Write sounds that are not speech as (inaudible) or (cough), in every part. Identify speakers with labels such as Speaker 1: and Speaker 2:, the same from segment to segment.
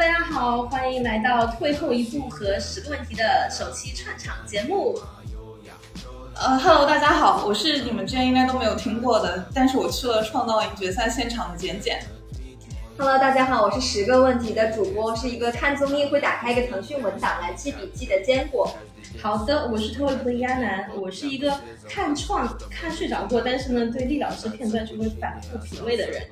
Speaker 1: 家好，欢迎来到退后一步和十个问题的首期串场节目。
Speaker 2: 呃哈喽，大家好，我是你们之前应该都没有听过的，但是我去了创造营决赛现场的简简。
Speaker 3: Hello，大家好，我是十个问题的主播，是一个看综艺会打开一个腾讯文档来记笔记的坚果。
Speaker 1: 好的，我是脱离的亚楠，我是一个看创看睡着过，但是呢对厉老师片段就会反复品味的人。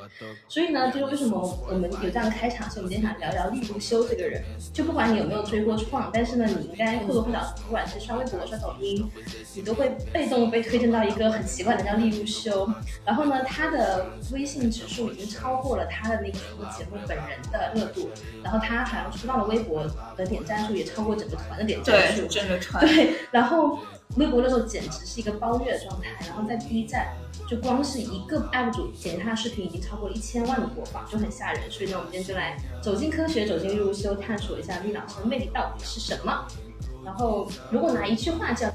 Speaker 1: 所以呢，就是为什么我们有这样开场，所以我们今天想聊聊厉如修这个人。就不管你有没有追过创，但是呢，你应该或多或少，不管是刷微博、刷抖音，你都会被动被推荐到一个很奇怪的叫厉如修。然后呢，他的微信指数已经超过了他的那个综艺节目本人的热度，然后他好像出道的微博的点赞数也超过整个团的点赞数
Speaker 2: 对，。整个团
Speaker 1: 对，然后微博那时候简直是一个包月的状态，然后在 B 站就光是一个 UP 主剪他的视频已经超过了一千万的播放，就很吓人。所以呢，我们今天就来走进科学，走进日如修，探索一下厉老师的魅力到底是什么。然后，如果拿一句话叫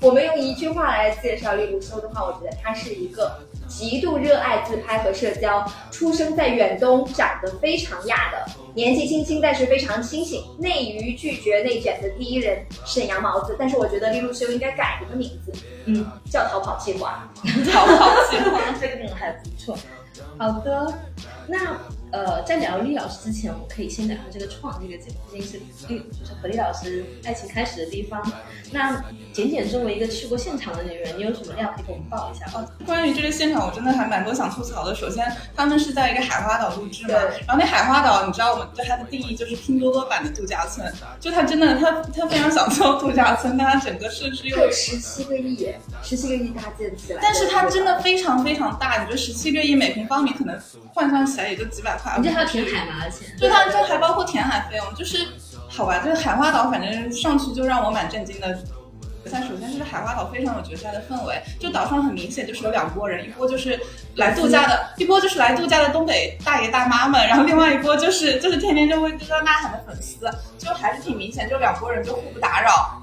Speaker 3: 我们用一句话来介绍利如修的话，我觉得他是一个极度热爱自拍和社交，出生在远东，长得非常亚的，年纪轻轻但是非常清醒，内娱拒绝内卷的第一人沈阳毛子。但是我觉得利如修应该改一个名字，
Speaker 1: 嗯，
Speaker 3: 叫逃跑计划。
Speaker 2: 逃跑 (laughs) 计划。
Speaker 1: 这个梗还不错。好的，那呃，在聊厉老师之前，我们可以先聊聊这个创这个节目，毕竟是厉就是和厉老师爱情开始的地方。那简简作为一个去过现场的女人，你有什么料可以给我们爆一下吗？
Speaker 2: 呃关于这个现场，我真的还蛮多想吐槽的。首先，他们是在一个海花岛录制嘛
Speaker 3: 对，
Speaker 2: 然后那海花岛，你知道我们对它的定义就是拼多多版的度假村，就它真的，它它非常想做度假村，但它整个设施又
Speaker 3: 有十七个亿，十七个亿搭建起来，
Speaker 2: 但是它真的非常非常大，你觉得十七个亿每平方米可能换算起来也就几百块，
Speaker 1: 你这还要填海吗？而且
Speaker 2: 对它这还包括填海费用，就是好吧，这个海花岛反正上去就让我蛮震惊的。但首先，这个海花岛非常有决赛的氛围，就岛上很明显就是有两拨人，一波就是来度假的，一波就是来度假的东北大爷大妈们，然后另外一波就是就是天天就会就在呐喊的粉丝，就还是挺明显，就两拨人就互不打扰。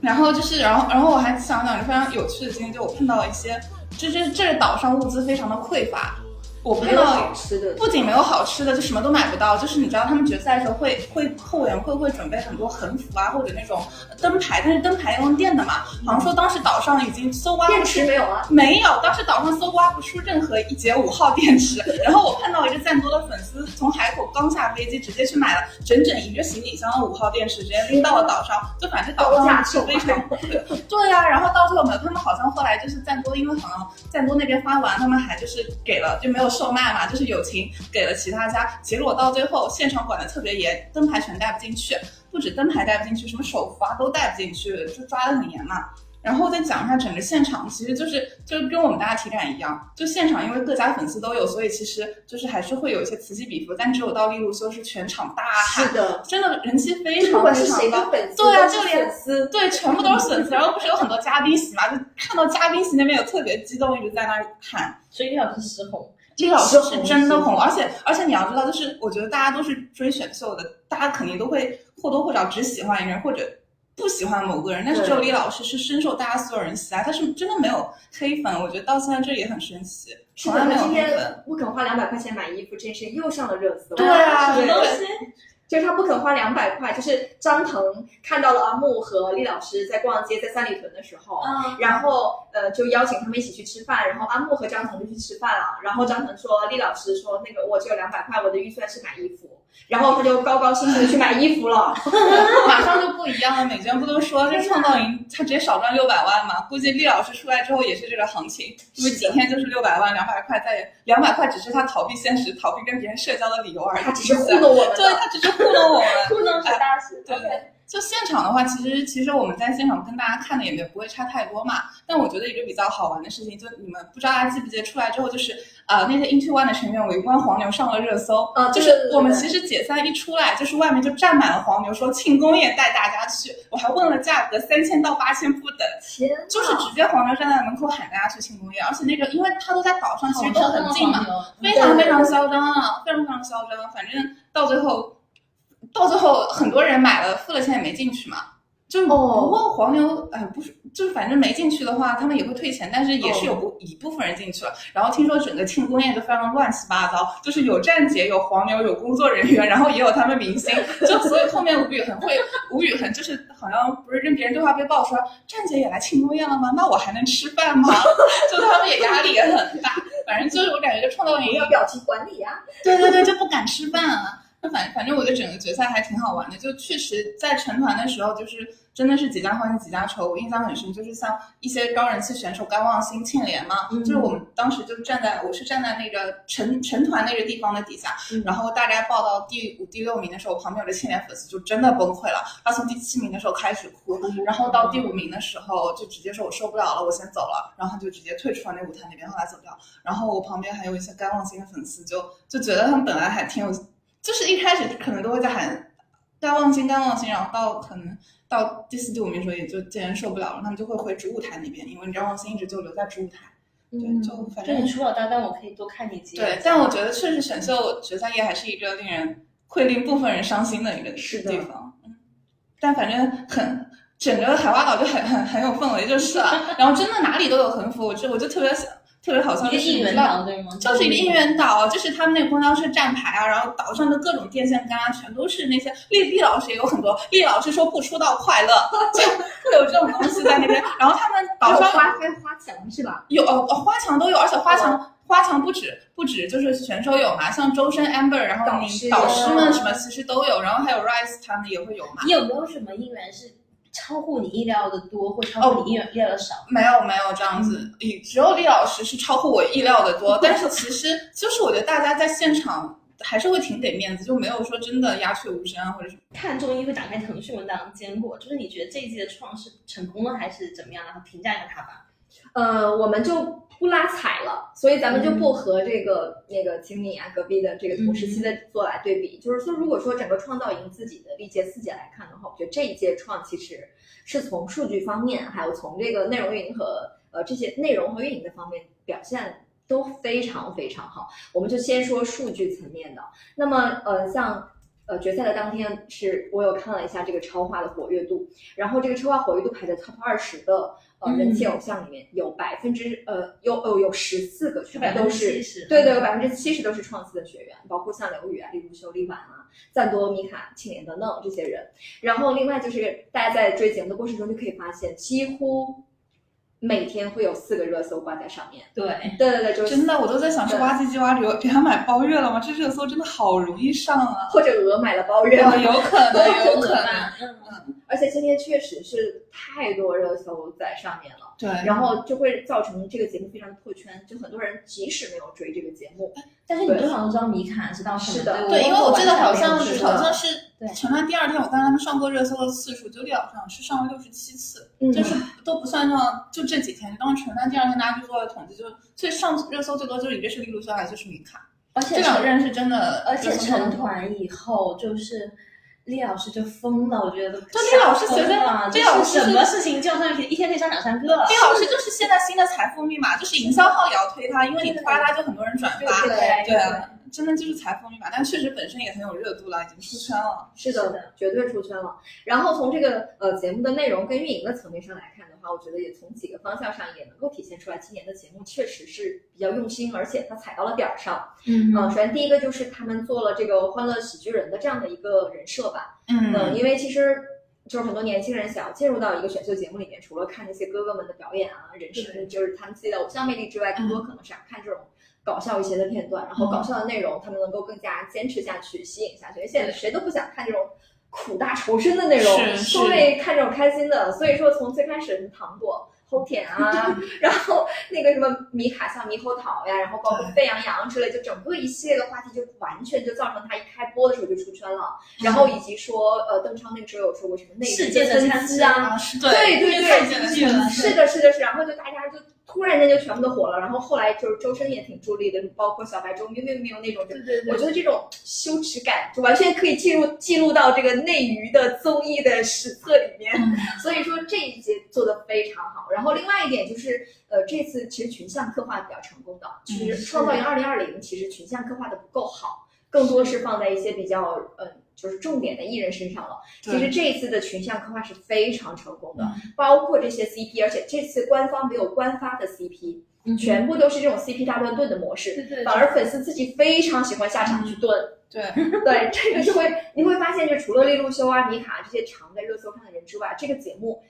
Speaker 2: 然后就是，然后然后我还想讲一个非常有趣的经历，就我碰到了一些，这这这岛上物资非常的匮乏，我碰
Speaker 3: 没有
Speaker 2: 到
Speaker 3: 好吃的，
Speaker 2: 不仅没有好吃的，就什么都买不到。就是你知道，他们决赛的时候会会后援会会准备很多横幅啊，或者那种灯牌，但是灯牌要用电的嘛。好像说当时岛上已经搜刮
Speaker 3: 电
Speaker 2: 不出
Speaker 3: 池没有啊。
Speaker 2: 没有，当时岛上搜刮不出任何一节五号电池。 (laughs) 然后我碰到一个赞多的粉丝从海口刚下飞机，直接去买了整整一个行李箱的五号电池，直接拎到了岛上。就反正岛上是非常对呀、然后到最后呢，他们好像后来就是赞多，因为好像赞多那边发完，他们还就是给了就没有售卖嘛，就是友情给了其他家。结果到最后现场管的特别严，灯牌全带不进去，不止灯牌带不进去，什么手幅啊都带不进去，就抓得很严嘛。然后再讲一下整个现场，其实就是就跟我们大家体感一样，就现场因为各家粉丝都有，所以其实就是还是会有一些此起彼伏，但只有到利路修是全场大喊，
Speaker 3: 的，
Speaker 2: 真的人气非
Speaker 3: 就不
Speaker 2: 常
Speaker 3: 管
Speaker 2: 非
Speaker 3: 是
Speaker 2: 常
Speaker 3: 谁
Speaker 2: 高
Speaker 3: 的。粉丝，
Speaker 2: 对啊
Speaker 3: 都是
Speaker 2: 就连
Speaker 3: 粉丝
Speaker 2: 对，全部都是粉丝，然后不是有很多嘉宾席嘛，就看到嘉宾席那边有特别激动，一直在那儿喊。
Speaker 1: 所以厉老师失红，
Speaker 2: 厉老师是真的红，而且而且你要知道，就是我觉得大家都是追选秀的，大家肯定都会或多或少只喜欢一个人或者不喜欢某个人，但是只有
Speaker 3: 对
Speaker 2: 李老师是深受大家所有人喜爱，他是真的没有黑粉，我觉得到现在这也很神奇，
Speaker 3: 是
Speaker 2: 从
Speaker 3: 的，
Speaker 2: 来没有
Speaker 3: 今
Speaker 2: 黑
Speaker 3: 天 (laughs)
Speaker 2: 粉。
Speaker 3: 不肯花两百块钱买衣服这件事又上了热搜。
Speaker 2: 对啊
Speaker 1: 什么东西？
Speaker 3: 就是他不肯花两百块，就是张腾看到了阿木和厉老师在逛街，在三里屯的时候，
Speaker 2: 嗯
Speaker 1: 啊，
Speaker 3: 然后呃就邀请他们一起去吃饭，然后阿木和张腾就去吃饭了，然后张腾说厉老师说那个我只有两百块，我的预算是买衣服，然后他就高高兴兴的去买衣
Speaker 2: (laughs)
Speaker 3: 服了。
Speaker 2: 马上就不一样了，美娟不都说这创造营他直接少赚六百万嘛？估计厉老师出来之后也是这个行情，因为几天就是六百万，两百块再也两百块只是他逃避现实、逃避跟别人社交的理由而已。
Speaker 3: 他只是糊弄我们
Speaker 2: (laughs) 对
Speaker 3: 的，
Speaker 2: 他只是糊弄
Speaker 3: (laughs)
Speaker 2: 我们。
Speaker 1: 不能是大师，
Speaker 2: 对就现场的话，其实其实我们在现场跟大家看的也没有不会差太多嘛。但我觉得一个比较好玩的事情，就你们不知道大家记不记得出来之后，就是呃那些 Into One 的成员围观黄牛上了热搜，
Speaker 3: 啊
Speaker 2: 就
Speaker 3: 对对
Speaker 2: 是
Speaker 3: 对
Speaker 2: 我们
Speaker 3: 对
Speaker 2: 其实解散一出来，就是外面就站满了黄牛，说庆功宴带大家去。我还问了价格，三千到八千不等，
Speaker 3: 天呐，
Speaker 2: 就是直接黄牛站在门口喊大家去庆功宴，而且那个因为他都在岛上，
Speaker 3: 哦
Speaker 2: 其实都很近嘛，
Speaker 1: 嘛，
Speaker 2: 非常非常嚣张啊，非常非常嚣张。反正到最后，到最后很多人买了付了钱也没进去嘛。就是
Speaker 3: 哦
Speaker 2: 不过黄牛，哎、不是，就是反正没进去的话，他们也会退钱，但是也是有部、一部分人进去了。然后听说整个庆功宴就非常乱七八糟，就是有站姐，有黄牛，有工作人员，然后也有他们明星，就所以后面吴宇很会，吴宇很就是好像不是跟别人对话被爆出来，站姐也来庆功宴了吗？那我还能吃饭吗？ (laughs) 就他们也压力也很大，反正就是我感觉就创造了一
Speaker 3: 也
Speaker 2: 个
Speaker 3: 要表情管理啊。
Speaker 2: 对对对，就不敢吃饭啊。那反反正我觉得整个决赛还挺好玩的，就确实在成团的时候，就是真的是几家欢喜几家愁。我印象很深，就是像一些高人气选手甘望星、庆怜嘛，
Speaker 1: 嗯
Speaker 2: 就是我们当时就站在我是站在那个成成团那个地方的底下，
Speaker 1: 嗯
Speaker 2: 然后大家报到第五、第六名的时候，旁边有个庆怜粉丝就真的崩溃了，他从第七名的时候开始哭，然后到第五名的时候就直接说我受不了了，我先走了，然后他就直接退出了那舞台那边，后来走掉。然后我旁边还有一些甘望星的粉丝就，就觉得他们本来还挺有，就是一开始可能都会在喊甘望星甘望星，然后到可能到第四第五名的时候也就渐渐受不了了，他们就会回主舞台那边，因为甘望星一直就留在主舞台。对，就反
Speaker 1: 嗯就
Speaker 2: 正
Speaker 1: 你出了搭档，我可以多看你几眼。
Speaker 2: 对，但我觉得确实选秀决赛夜还是一个令人会令部分人伤心的一个
Speaker 3: 是的
Speaker 2: 地方。嗯，但反正很整个海花岛就很很很有氛围就是了，然后真的哪里都有横幅，我就我就特别想特别好像
Speaker 1: 一
Speaker 2: 就
Speaker 1: 个
Speaker 2: 是
Speaker 1: 应
Speaker 2: 你
Speaker 1: 援
Speaker 2: 知道
Speaker 1: 岛对吗？
Speaker 2: 就是一个应援岛，就是他们那个公交车站牌啊，然后岛上的各种电线杆啊，全都是那些丽丽老师也有很多，丽老师说不出道快乐， (laughs) 就会有这种东西在那边。然后他们岛
Speaker 3: 还有
Speaker 2: 上
Speaker 3: 花开花墙是吧？
Speaker 2: 有呃花墙都有，而且花墙花墙不止不止就是选手有嘛，像周深、Amber，然后
Speaker 3: 导师
Speaker 2: 你导师们
Speaker 1: 啊
Speaker 2: 什么其实都有，然后还有 Rise 他们也会有嘛。
Speaker 1: 你有没有什么应援是超乎你意料的多，或超乎你意料意料的少？
Speaker 2: 没有没有这样子，也只有厉老师是超乎我意料的 (laughs) 多。但是其实就是我觉得大家在现场还是会挺给面子，就没有说真的鸦雀无声啊或者什么。
Speaker 1: 看中医会打开腾讯文档坚果，就是你觉得这一季的创是成功了还是怎么样？然后评价一下它吧。
Speaker 3: 呃，我们就不拉踩了，所以咱们就不和这个、那个经理啊隔壁的这个同时期的做来对比。就是说，如果说整个创造营自己的历届四届来看的话，我觉得这一届创其实是从数据方面，还有从这个内容运营和呃这些内容和运营的方面表现。都非常非常好，我们就先说数据层面的。那么，呃，像呃决赛的当天是，我有看了一下这个超话的活跃度，然后这个超话活跃度排在 top 二十的呃人气
Speaker 2: 嗯
Speaker 3: 偶像里面，有百分之呃有呃有十四个
Speaker 1: 就
Speaker 3: 全都是
Speaker 1: 70%
Speaker 3: 对对，有百分之七十都是创四的学员，包括像刘宇啊、李如修、李婉啊、赞多、米卡、庆怜等等这些人。然后另外就是大家在追节目的过程中就可以发现，几乎每天会有四个热搜挂在上面。
Speaker 1: 对，
Speaker 3: 对对对，就是
Speaker 2: 真的，我都在想说
Speaker 3: 对
Speaker 2: 挖机机挖流给他买包月了吗？这热搜真的好容易上啊！
Speaker 3: 或者鹅买了包月。
Speaker 2: 啊，有 (laughs) 可能，有可
Speaker 1: 可
Speaker 2: 能。
Speaker 1: 能。嗯，
Speaker 3: 而且今天确实是太多热搜在上面了，
Speaker 2: 对，
Speaker 3: 然后就会造成这个节目非常破圈，就很多人即使没有追这个节目，
Speaker 1: 但是你多少都知道米卡是到什么
Speaker 3: 是的
Speaker 1: 地步
Speaker 2: 对，因为我记得好像
Speaker 1: 完全没有
Speaker 2: 是
Speaker 1: 知道
Speaker 2: 好像是
Speaker 1: 对
Speaker 2: 成团第二天，我看他们上过热搜的次数，就历老上是上了六十七次，
Speaker 3: 嗯
Speaker 2: 就是都不算上就这几天，当时成团第二天大家就做了统计，就最上热搜最多就是一个是利路修，还有就是米卡，
Speaker 1: 而且
Speaker 2: 这两个人是真的，
Speaker 1: 而且成。团以后就是。厉老师就疯了，我觉得都
Speaker 2: 对厉老师随便
Speaker 1: 了，
Speaker 2: 厉
Speaker 1: 就
Speaker 2: 老师
Speaker 1: 是什么事情就上一天可以上两三个，
Speaker 2: 厉老师就是现在新的财富密码，就是营销号也要推他，因为你发他就很多人转
Speaker 3: 对
Speaker 2: 发，
Speaker 3: 对
Speaker 2: 对，啊真的就是财富密码，但确实本身也很有热度了，已经出圈了。
Speaker 3: 是的，
Speaker 1: 是的
Speaker 3: 绝对出圈了。然后从这个呃节目的内容跟运营的层面上来看的话，我觉得也从几个方向上也能够体现出来，今年的节目确实是比较用心，而且它踩到了点儿上。
Speaker 1: 嗯
Speaker 3: 嗯、首先第一个就是他们做了这个欢乐喜剧人的这样的一个人设吧。
Speaker 2: 嗯
Speaker 3: 嗯，因为其实。就是很多年轻人想要进入到一个选秀节目里面，除了看那些哥哥们的表演啊、人
Speaker 1: 对
Speaker 3: 生，就是他们自己的偶像魅力之外，更多可能是想看这种搞笑一些的片段，然后
Speaker 2: 嗯
Speaker 3: 搞笑的内容他们能够更加坚持下去、吸引下去。因为现在
Speaker 1: 对
Speaker 3: 谁都不想看这种苦大仇深的内容
Speaker 2: 是，是
Speaker 3: 都会看这种开心的。所以说，从最开始什么糖果、齁甜啊，然后那个什么米卡像猕猴桃呀，然后包括沸羊羊之类，就整个一系列的话题，就完全就造成他一开播的时候就出圈了。然后以及说，呃，邓超那个时候有说过什么
Speaker 1: 嗯
Speaker 3: 内
Speaker 1: 世
Speaker 3: 娱
Speaker 1: 界的参
Speaker 3: 参
Speaker 1: 差
Speaker 3: 差啊，
Speaker 2: 啊，是
Speaker 3: 对对
Speaker 2: 因为
Speaker 3: 对
Speaker 2: 太进去了，
Speaker 3: 是的，是的，是的，然后就大家就突然间就全部都火了，然后后来就是周深也挺助力的，包括小白周喵喵喵那种，就
Speaker 1: 对对对，
Speaker 3: 我觉得这种羞耻感就完全可以进入记录到这个内娱的综艺的史册里面，
Speaker 2: 嗯
Speaker 3: 所以说这一节做的非常好。然后另外一点就是，呃，这次其实群像刻画比较成功的，其
Speaker 2: 嗯
Speaker 3: 实《创造营二零二零》其实群像刻画的不够好，更多是放在一些比较呃就是重点的艺人身上了。
Speaker 2: 对嗯
Speaker 3: 其实这一次的群像刻画是非常成功的，包括这些 CP，而且这次官方没有官发的 CP，、全部都是这种 CP 大乱炖的模式，
Speaker 1: 对对对
Speaker 3: 反而粉丝自己非常喜欢下场去炖。
Speaker 2: 嗯对，
Speaker 3: 对，这个就会你会发现，就除了利路修啊、米卡这些常在热搜上的人之外，这个节目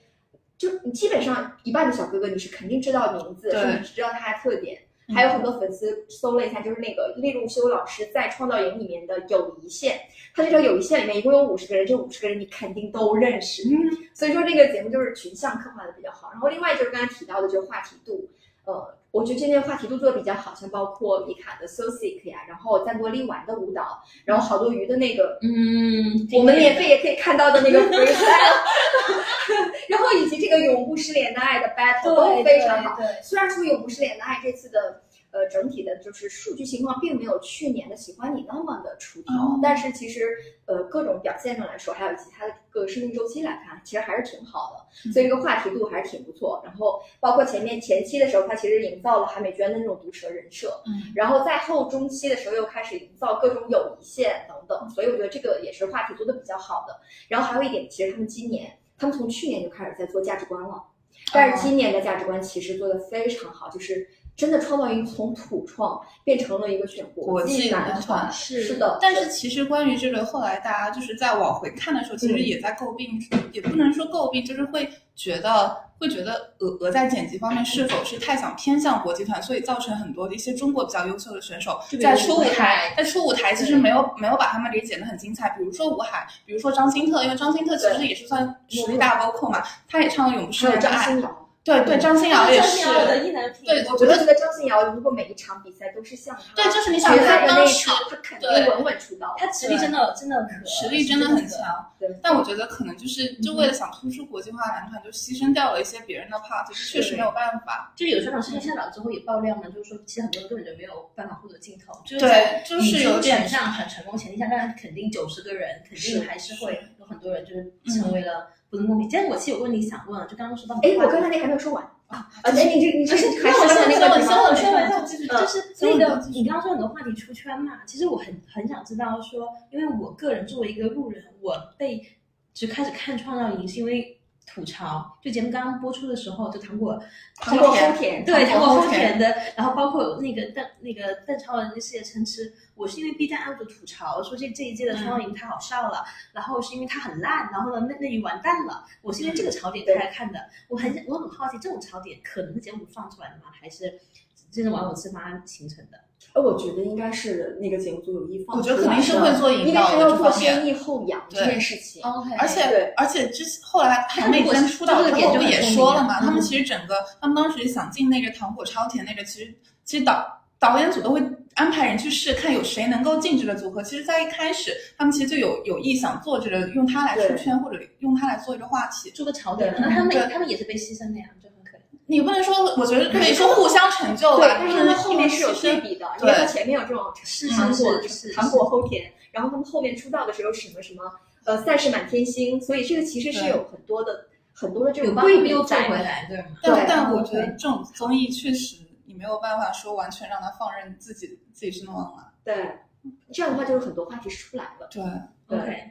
Speaker 3: 就你基本上一半的小哥哥你是肯定知道名字，
Speaker 2: 对
Speaker 3: 甚至知道他的特点。
Speaker 2: 嗯
Speaker 3: 还有很多粉丝搜了一下，就是那个利路修老师在《创造营》里面的友谊线，他这条友谊线里面一共有五十个人，这五十个人你肯定都认识。
Speaker 2: 嗯，
Speaker 3: 所以说这个节目就是群像刻画的比较好。然后另外就是刚才提到的，就是话题度，呃，我觉得这边话题度做的比较好，像包括米卡的 So Sick 呀，然后赞多利丸的舞蹈，然后好多鱼的那个
Speaker 1: 嗯，
Speaker 3: 我们免费也可以看到的那个 freestyle，然后以及这个永不失联的爱的 battle 都
Speaker 1: 对
Speaker 3: 非常好。
Speaker 1: 对对
Speaker 3: 虽然说永不失联的爱这次的呃整体的就是数据情况并没有去年的喜欢你那么的出挑，
Speaker 2: 哦
Speaker 3: 但是其实呃各种表现上来说，还有其他的各个生命周期来看，其实还是挺好的，
Speaker 2: 嗯
Speaker 3: 所以这个话题度还是挺不错。然后包括前面前期的时候，它其实营造了韩美娟的那种毒舌人设，
Speaker 2: 嗯，
Speaker 3: 然后在后中期的时候又开始营造各种友谊线等等，所以我觉得这个也是话题做的比较好的。然后还有一点，其实他们今年，他们从去年就开始在做价值观
Speaker 2: 哦
Speaker 3: 了，但是今年的价值观其实做的非常好，就是真的创造营从土创变成了一个全
Speaker 2: 国际
Speaker 3: 际男
Speaker 2: 男团
Speaker 1: 是
Speaker 3: 是的，
Speaker 2: 但是其实关于这个，后来大家就是在往回看的时候，其实也在诟病，也不能说诟病，就是会觉得会觉得俄俄在剪辑方面是否是太想偏向国际团，所以造成很多的一些中国比较优秀的选手
Speaker 1: 就比如
Speaker 2: 在初舞
Speaker 1: 吴海
Speaker 2: 台，在初舞台其实没有没有把他们给剪得很精彩，比如说吴海，比如说张新特，因为张新特其实也是算属于大 vocal 嘛，他也唱了《永不失
Speaker 3: 还有
Speaker 2: 联的
Speaker 3: 张
Speaker 2: 爱》，
Speaker 3: 欣瑶，
Speaker 2: 对对，张新瑶也
Speaker 1: 张
Speaker 2: 是
Speaker 1: 信，尧的意难平，
Speaker 2: 对，我
Speaker 3: 我
Speaker 2: 觉
Speaker 3: 就
Speaker 2: 得
Speaker 3: 觉得张欣瑶如果每一场比赛都是像
Speaker 2: 对，
Speaker 3: 她
Speaker 2: 就是你想
Speaker 3: 决赛
Speaker 2: 他
Speaker 3: 的那
Speaker 2: 当
Speaker 3: 一
Speaker 2: 时
Speaker 3: 场，她肯定
Speaker 2: 对
Speaker 3: 稳稳出道。
Speaker 1: 他实力真的真的可
Speaker 2: 实力真的很强。
Speaker 3: 对，
Speaker 2: 但我觉得可能就是就为了想突出国际化男团，就牺牲掉了一些别人的 part，就是确实没有办法。
Speaker 1: 就是有专场事件下档之后也爆料嘛，就是说其实很多人根本就没有办法获得镜头，就是
Speaker 2: 对，就
Speaker 1: 你
Speaker 2: 是有
Speaker 1: 选
Speaker 2: 点
Speaker 1: 上很成功前提下，当然肯定九十个人肯定还是会有很多人
Speaker 2: 嗯
Speaker 1: 就是成为了不能公平。但是我其实有个问题想问，就刚刚说到
Speaker 3: 哎，我刚
Speaker 1: 跟
Speaker 3: 才那个还没有说完
Speaker 2: 啊，
Speaker 3: 哎，你这你这是还是刚才那个嗯
Speaker 1: 我
Speaker 3: 地
Speaker 1: 先
Speaker 3: 方
Speaker 1: 我先我
Speaker 2: 继续
Speaker 1: 就是
Speaker 2: 所
Speaker 1: 那
Speaker 2: 以你
Speaker 1: 个
Speaker 2: 要继续
Speaker 1: 你刚刚说很多话题出圈嘛，其实我很很想知道说，因为我个人作为一个路人，我被就开始看创造营是因为吐槽，就节目刚刚播出的时候，就糖果
Speaker 2: 糖
Speaker 3: 过
Speaker 2: 果
Speaker 3: 后
Speaker 2: 甜
Speaker 3: 田，
Speaker 1: 对，
Speaker 2: 糖
Speaker 1: 糖
Speaker 2: 果
Speaker 1: 果
Speaker 2: 后
Speaker 1: 后甜的，然后包括有那个邓那个邓超的那个世界参差，我是因为 B 站 UP 主吐槽说这这一届的创造营太好笑了，然后是因为它很烂，然后呢那那鱼完蛋了，我是因为这个槽点才来看的。我很想我很好奇这种槽点可能是节目组放出来的吗？还是真的网友自发形成的？
Speaker 3: 呃，我觉得应该是那个节目组有意放
Speaker 2: 我
Speaker 3: 出
Speaker 2: 觉
Speaker 3: 来
Speaker 2: 得
Speaker 3: 的，
Speaker 2: 肯定是会做引
Speaker 3: 因为
Speaker 2: 导
Speaker 3: 他
Speaker 2: 的
Speaker 3: 要
Speaker 2: 这
Speaker 3: 做
Speaker 2: 方面。
Speaker 3: 先抑后扬
Speaker 2: 对
Speaker 3: 这件事情。
Speaker 1: 哦 OK，
Speaker 2: 而且
Speaker 3: 哦对
Speaker 2: 而且之前后来韩美娟出道之后不也说了嘛，他
Speaker 3: 嗯
Speaker 2: 们其实整个他们当时想进那个糖果超甜那个，其实其实导导演组都会安排人去试，看有谁能够进这个组合。其实，在一开始他们其实就有有意想做这个，用它来出圈或者用它来做一个话题。
Speaker 1: 做个槽点嘛，
Speaker 3: 对
Speaker 1: 那他
Speaker 2: 对
Speaker 1: 们他们也是被牺牲的呀，就很可怜。
Speaker 2: 你不能说，我觉得可以说互相成就
Speaker 3: 对，
Speaker 2: 吧，
Speaker 3: 但
Speaker 2: 就是是
Speaker 3: 他们后
Speaker 2: 后
Speaker 3: 面
Speaker 2: 面
Speaker 3: 是有对
Speaker 2: 对
Speaker 3: 比的，因
Speaker 2: 对
Speaker 3: 为它前面有这种
Speaker 1: 是
Speaker 3: 糖果
Speaker 1: 是是是
Speaker 3: 糖果齁甜，然后他们后面出道的时候什么什么呃赛事满天星，所以这个其实是
Speaker 2: 对
Speaker 3: 有很多的很多的这
Speaker 1: 有
Speaker 3: 种
Speaker 1: 帮
Speaker 3: 对比
Speaker 1: 又拽
Speaker 3: 在
Speaker 1: 回
Speaker 3: 的。
Speaker 1: 来，对吗？
Speaker 3: 对
Speaker 2: 但但我觉得这种综艺确实你没有办法说完全让他放任自己自己去弄了。
Speaker 3: 对，这样的话就是很多话题是出来的。
Speaker 2: 对，
Speaker 3: 对
Speaker 1: OK，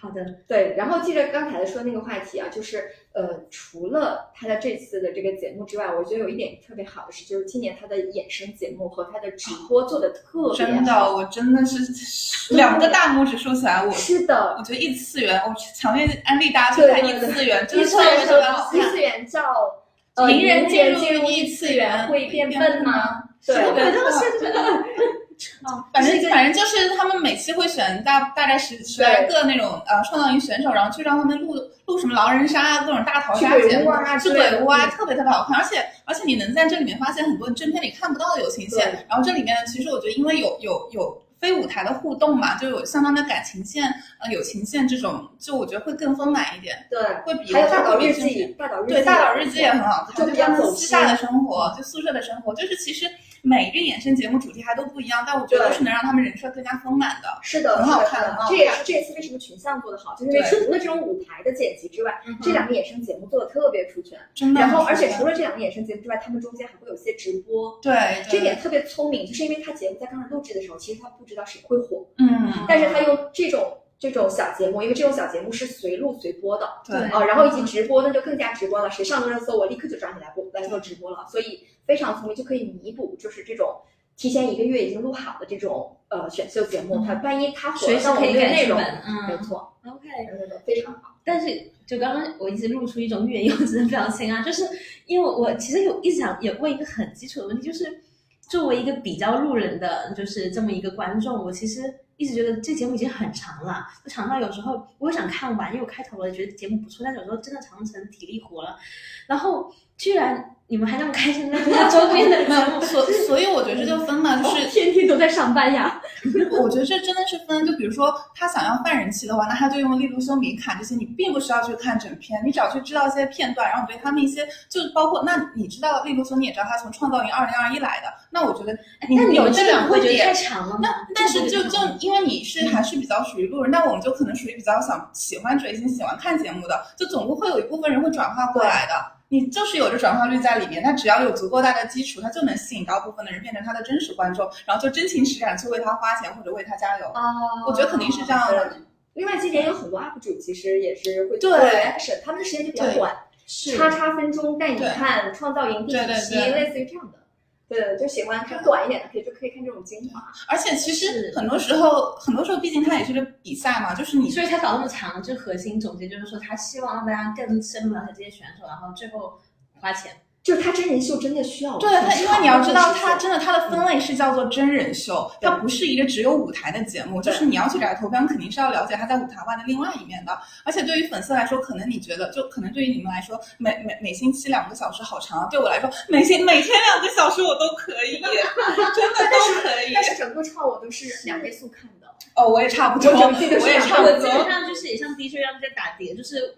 Speaker 1: 好的，
Speaker 3: 对，然后接着刚才说那个话题啊，就是呃，除了他的这次的这个节目之外，我觉得有一点特别好的是，就是今年他的衍生节目和他的直播做的特别
Speaker 2: 真的，
Speaker 3: 好。
Speaker 2: 我真的是两个大拇指竖起来，我
Speaker 3: 是的，
Speaker 2: 我觉得异次元，我强烈安利大家去看
Speaker 3: 对对
Speaker 2: 异
Speaker 3: 对
Speaker 2: 次元，真
Speaker 3: 异
Speaker 2: 的
Speaker 3: 次
Speaker 2: 特别
Speaker 3: 元
Speaker 2: 特别好
Speaker 3: 异
Speaker 2: 看。
Speaker 3: 次元叫呃，
Speaker 2: 名人
Speaker 3: 进
Speaker 2: 进入
Speaker 3: 异
Speaker 2: 异
Speaker 3: 次
Speaker 2: 次
Speaker 3: 元
Speaker 2: 元
Speaker 3: 会变笨吗？对
Speaker 1: 什么
Speaker 2: 对
Speaker 1: 鬼东西？这个 (laughs) 哦
Speaker 2: 反
Speaker 3: 是一个
Speaker 2: 正反正就是他们每期会选大大概十十来个那种呃创造营选手，然后去让他们录录什么狼人杀啊各种大逃杀
Speaker 3: 去鬼
Speaker 2: 节
Speaker 3: 屋
Speaker 2: 目
Speaker 3: 啊，
Speaker 2: 去
Speaker 3: 之类的
Speaker 2: 鬼屋啊，
Speaker 3: 嗯
Speaker 2: 特别特别好看。而且而且你能在这里面发现很多正片里看不到的友情线
Speaker 3: 对。
Speaker 2: 然后这里面其实我觉得因为有有有非舞台的互动嘛，就有相当的感情线呃友情线这种，就我觉得会更丰满一点，
Speaker 3: 对，
Speaker 2: 会比
Speaker 3: 还有大岛日
Speaker 2: 正片
Speaker 3: 记，大岛日记
Speaker 2: 对，大岛日记也很好
Speaker 3: 就
Speaker 2: 看，
Speaker 3: 比
Speaker 2: 就
Speaker 3: 较
Speaker 2: 他们
Speaker 3: 走
Speaker 2: 私
Speaker 3: 心
Speaker 2: 下的生活，就宿舍的生活，就是其实每一个衍生节目主题还都不一样，但我觉得
Speaker 3: 对
Speaker 2: 是能让他们人设更加丰满的。
Speaker 3: 是的，
Speaker 2: 很好
Speaker 3: 是的
Speaker 2: 看很好看
Speaker 3: 这也是这次为什么群像做的好，就是因为
Speaker 2: 对嗯
Speaker 3: 除了这种舞台的剪辑之外，这两个衍生节目做的特别出圈。
Speaker 2: 真的。
Speaker 3: 然后，而且除了嗯这两个衍生节目之外，他们中间还会有一些直播。
Speaker 2: 对
Speaker 3: 这
Speaker 2: 对
Speaker 3: 点特别聪明，就是因为他节目在刚才录制的时候，其实他不知道谁会火，
Speaker 2: 嗯，
Speaker 3: 但是他用这种这种小节目，因为这种小节目是随录随播的
Speaker 2: 对
Speaker 1: 对
Speaker 3: 啊，然后以及直播那就更加直观了，谁上个热搜我立刻就抓你来播来做直播了，所以非常聪明，就可以弥补就是这种提前一个月已经录好的这这种呃选秀节目，它万一它火
Speaker 1: 随
Speaker 3: 了，
Speaker 1: 时
Speaker 3: 它可
Speaker 1: 可以
Speaker 3: 以变
Speaker 1: 改
Speaker 3: 内
Speaker 1: 剧
Speaker 3: 容，
Speaker 1: 本嗯
Speaker 3: 没错，
Speaker 1: OK，
Speaker 3: 非常好，
Speaker 1: 但是就刚刚我一直露出一种欲言又止的表情啊， (laughs) 就是因为我其实有一直想也问一个很基础的问题，就是作为一个比较路人的，就是这么一个观众，我其实一直觉得这节目已经很长了，就长到有时候我想看完，因为我开头我也觉得节目不错，但有时候真的长成体力活了，然后居然你们 (laughs) 还那么开心地在做周边的节
Speaker 2: 没有，
Speaker 1: 目，哦
Speaker 2: 所所以我觉得这就分嘛，就是
Speaker 3: 天天都在上班呀，
Speaker 2: 我觉得这真的是分，就比如说他想要犯人气的话，那他就用例如修敏感这些，你并不需要去看整篇，你只要去知道一些片段，然后对他们一些，就是包括那你知道例如修，你也知道他从创造营二零二一来的，那我觉得你
Speaker 1: 但哎你
Speaker 2: 有
Speaker 1: 们
Speaker 2: 这
Speaker 1: 真的
Speaker 2: 两
Speaker 1: 不
Speaker 2: 个
Speaker 1: 会觉得
Speaker 2: 点
Speaker 1: 太，长了吗？
Speaker 2: 那但是就就因为你是还是比较属于路人，那我们就可能属于比较想喜欢追星、喜欢看节目的，就总共会有一部分人会转化过来的。你就是有着转化率在里面，那只要有足够大的基础，它就能吸引到部分的人变成他的真实观众，然后就真情实感去为他花钱或者为他加油。
Speaker 3: 啊
Speaker 2: 嗯我觉得肯定是这样的。
Speaker 3: 另外，今年有很多 UP 主其实也是会
Speaker 2: 对
Speaker 3: 做 action，他们的时间就比较
Speaker 2: 对
Speaker 3: 短，
Speaker 1: 是
Speaker 3: 叉叉分钟带你
Speaker 2: 对
Speaker 3: 看创造营第
Speaker 2: 对
Speaker 3: 几
Speaker 2: 对
Speaker 3: 期，
Speaker 2: 对
Speaker 3: 类似于这样的。对，就喜欢看短一点的，可以就可以看这种精华。
Speaker 2: 而且其实
Speaker 1: 是
Speaker 2: 很多时候，很多时候毕竟它也是个比赛嘛，就是你
Speaker 1: 所以他搞那么长，就核心总结就是说，他希望让大家更深入了解这些选手，然后最后花钱。
Speaker 3: 就是他真人秀真的需要
Speaker 2: 对它，因为你要知道，它
Speaker 3: 他
Speaker 2: 真的它的分类是叫做真人秀，
Speaker 3: 对
Speaker 2: 它不是一个只有舞台的节目，
Speaker 3: 对
Speaker 2: 就是你要去给它投票，你肯定是要了解它在舞台外的另外一面的。而且对于粉丝来说，可能你觉得，就可能对于你们来说，每每每星期两个小时好长啊，对我来说，每星每天两个小时我都可以，真的都可以
Speaker 3: 但。是整个超我都是两倍速看的，
Speaker 2: 哦，我也差不多，
Speaker 3: 我整季都是
Speaker 2: 我也
Speaker 3: 两个
Speaker 2: 差不
Speaker 1: 我基本
Speaker 2: 多。
Speaker 1: 上就是也像 DJ 他们在打碟，就是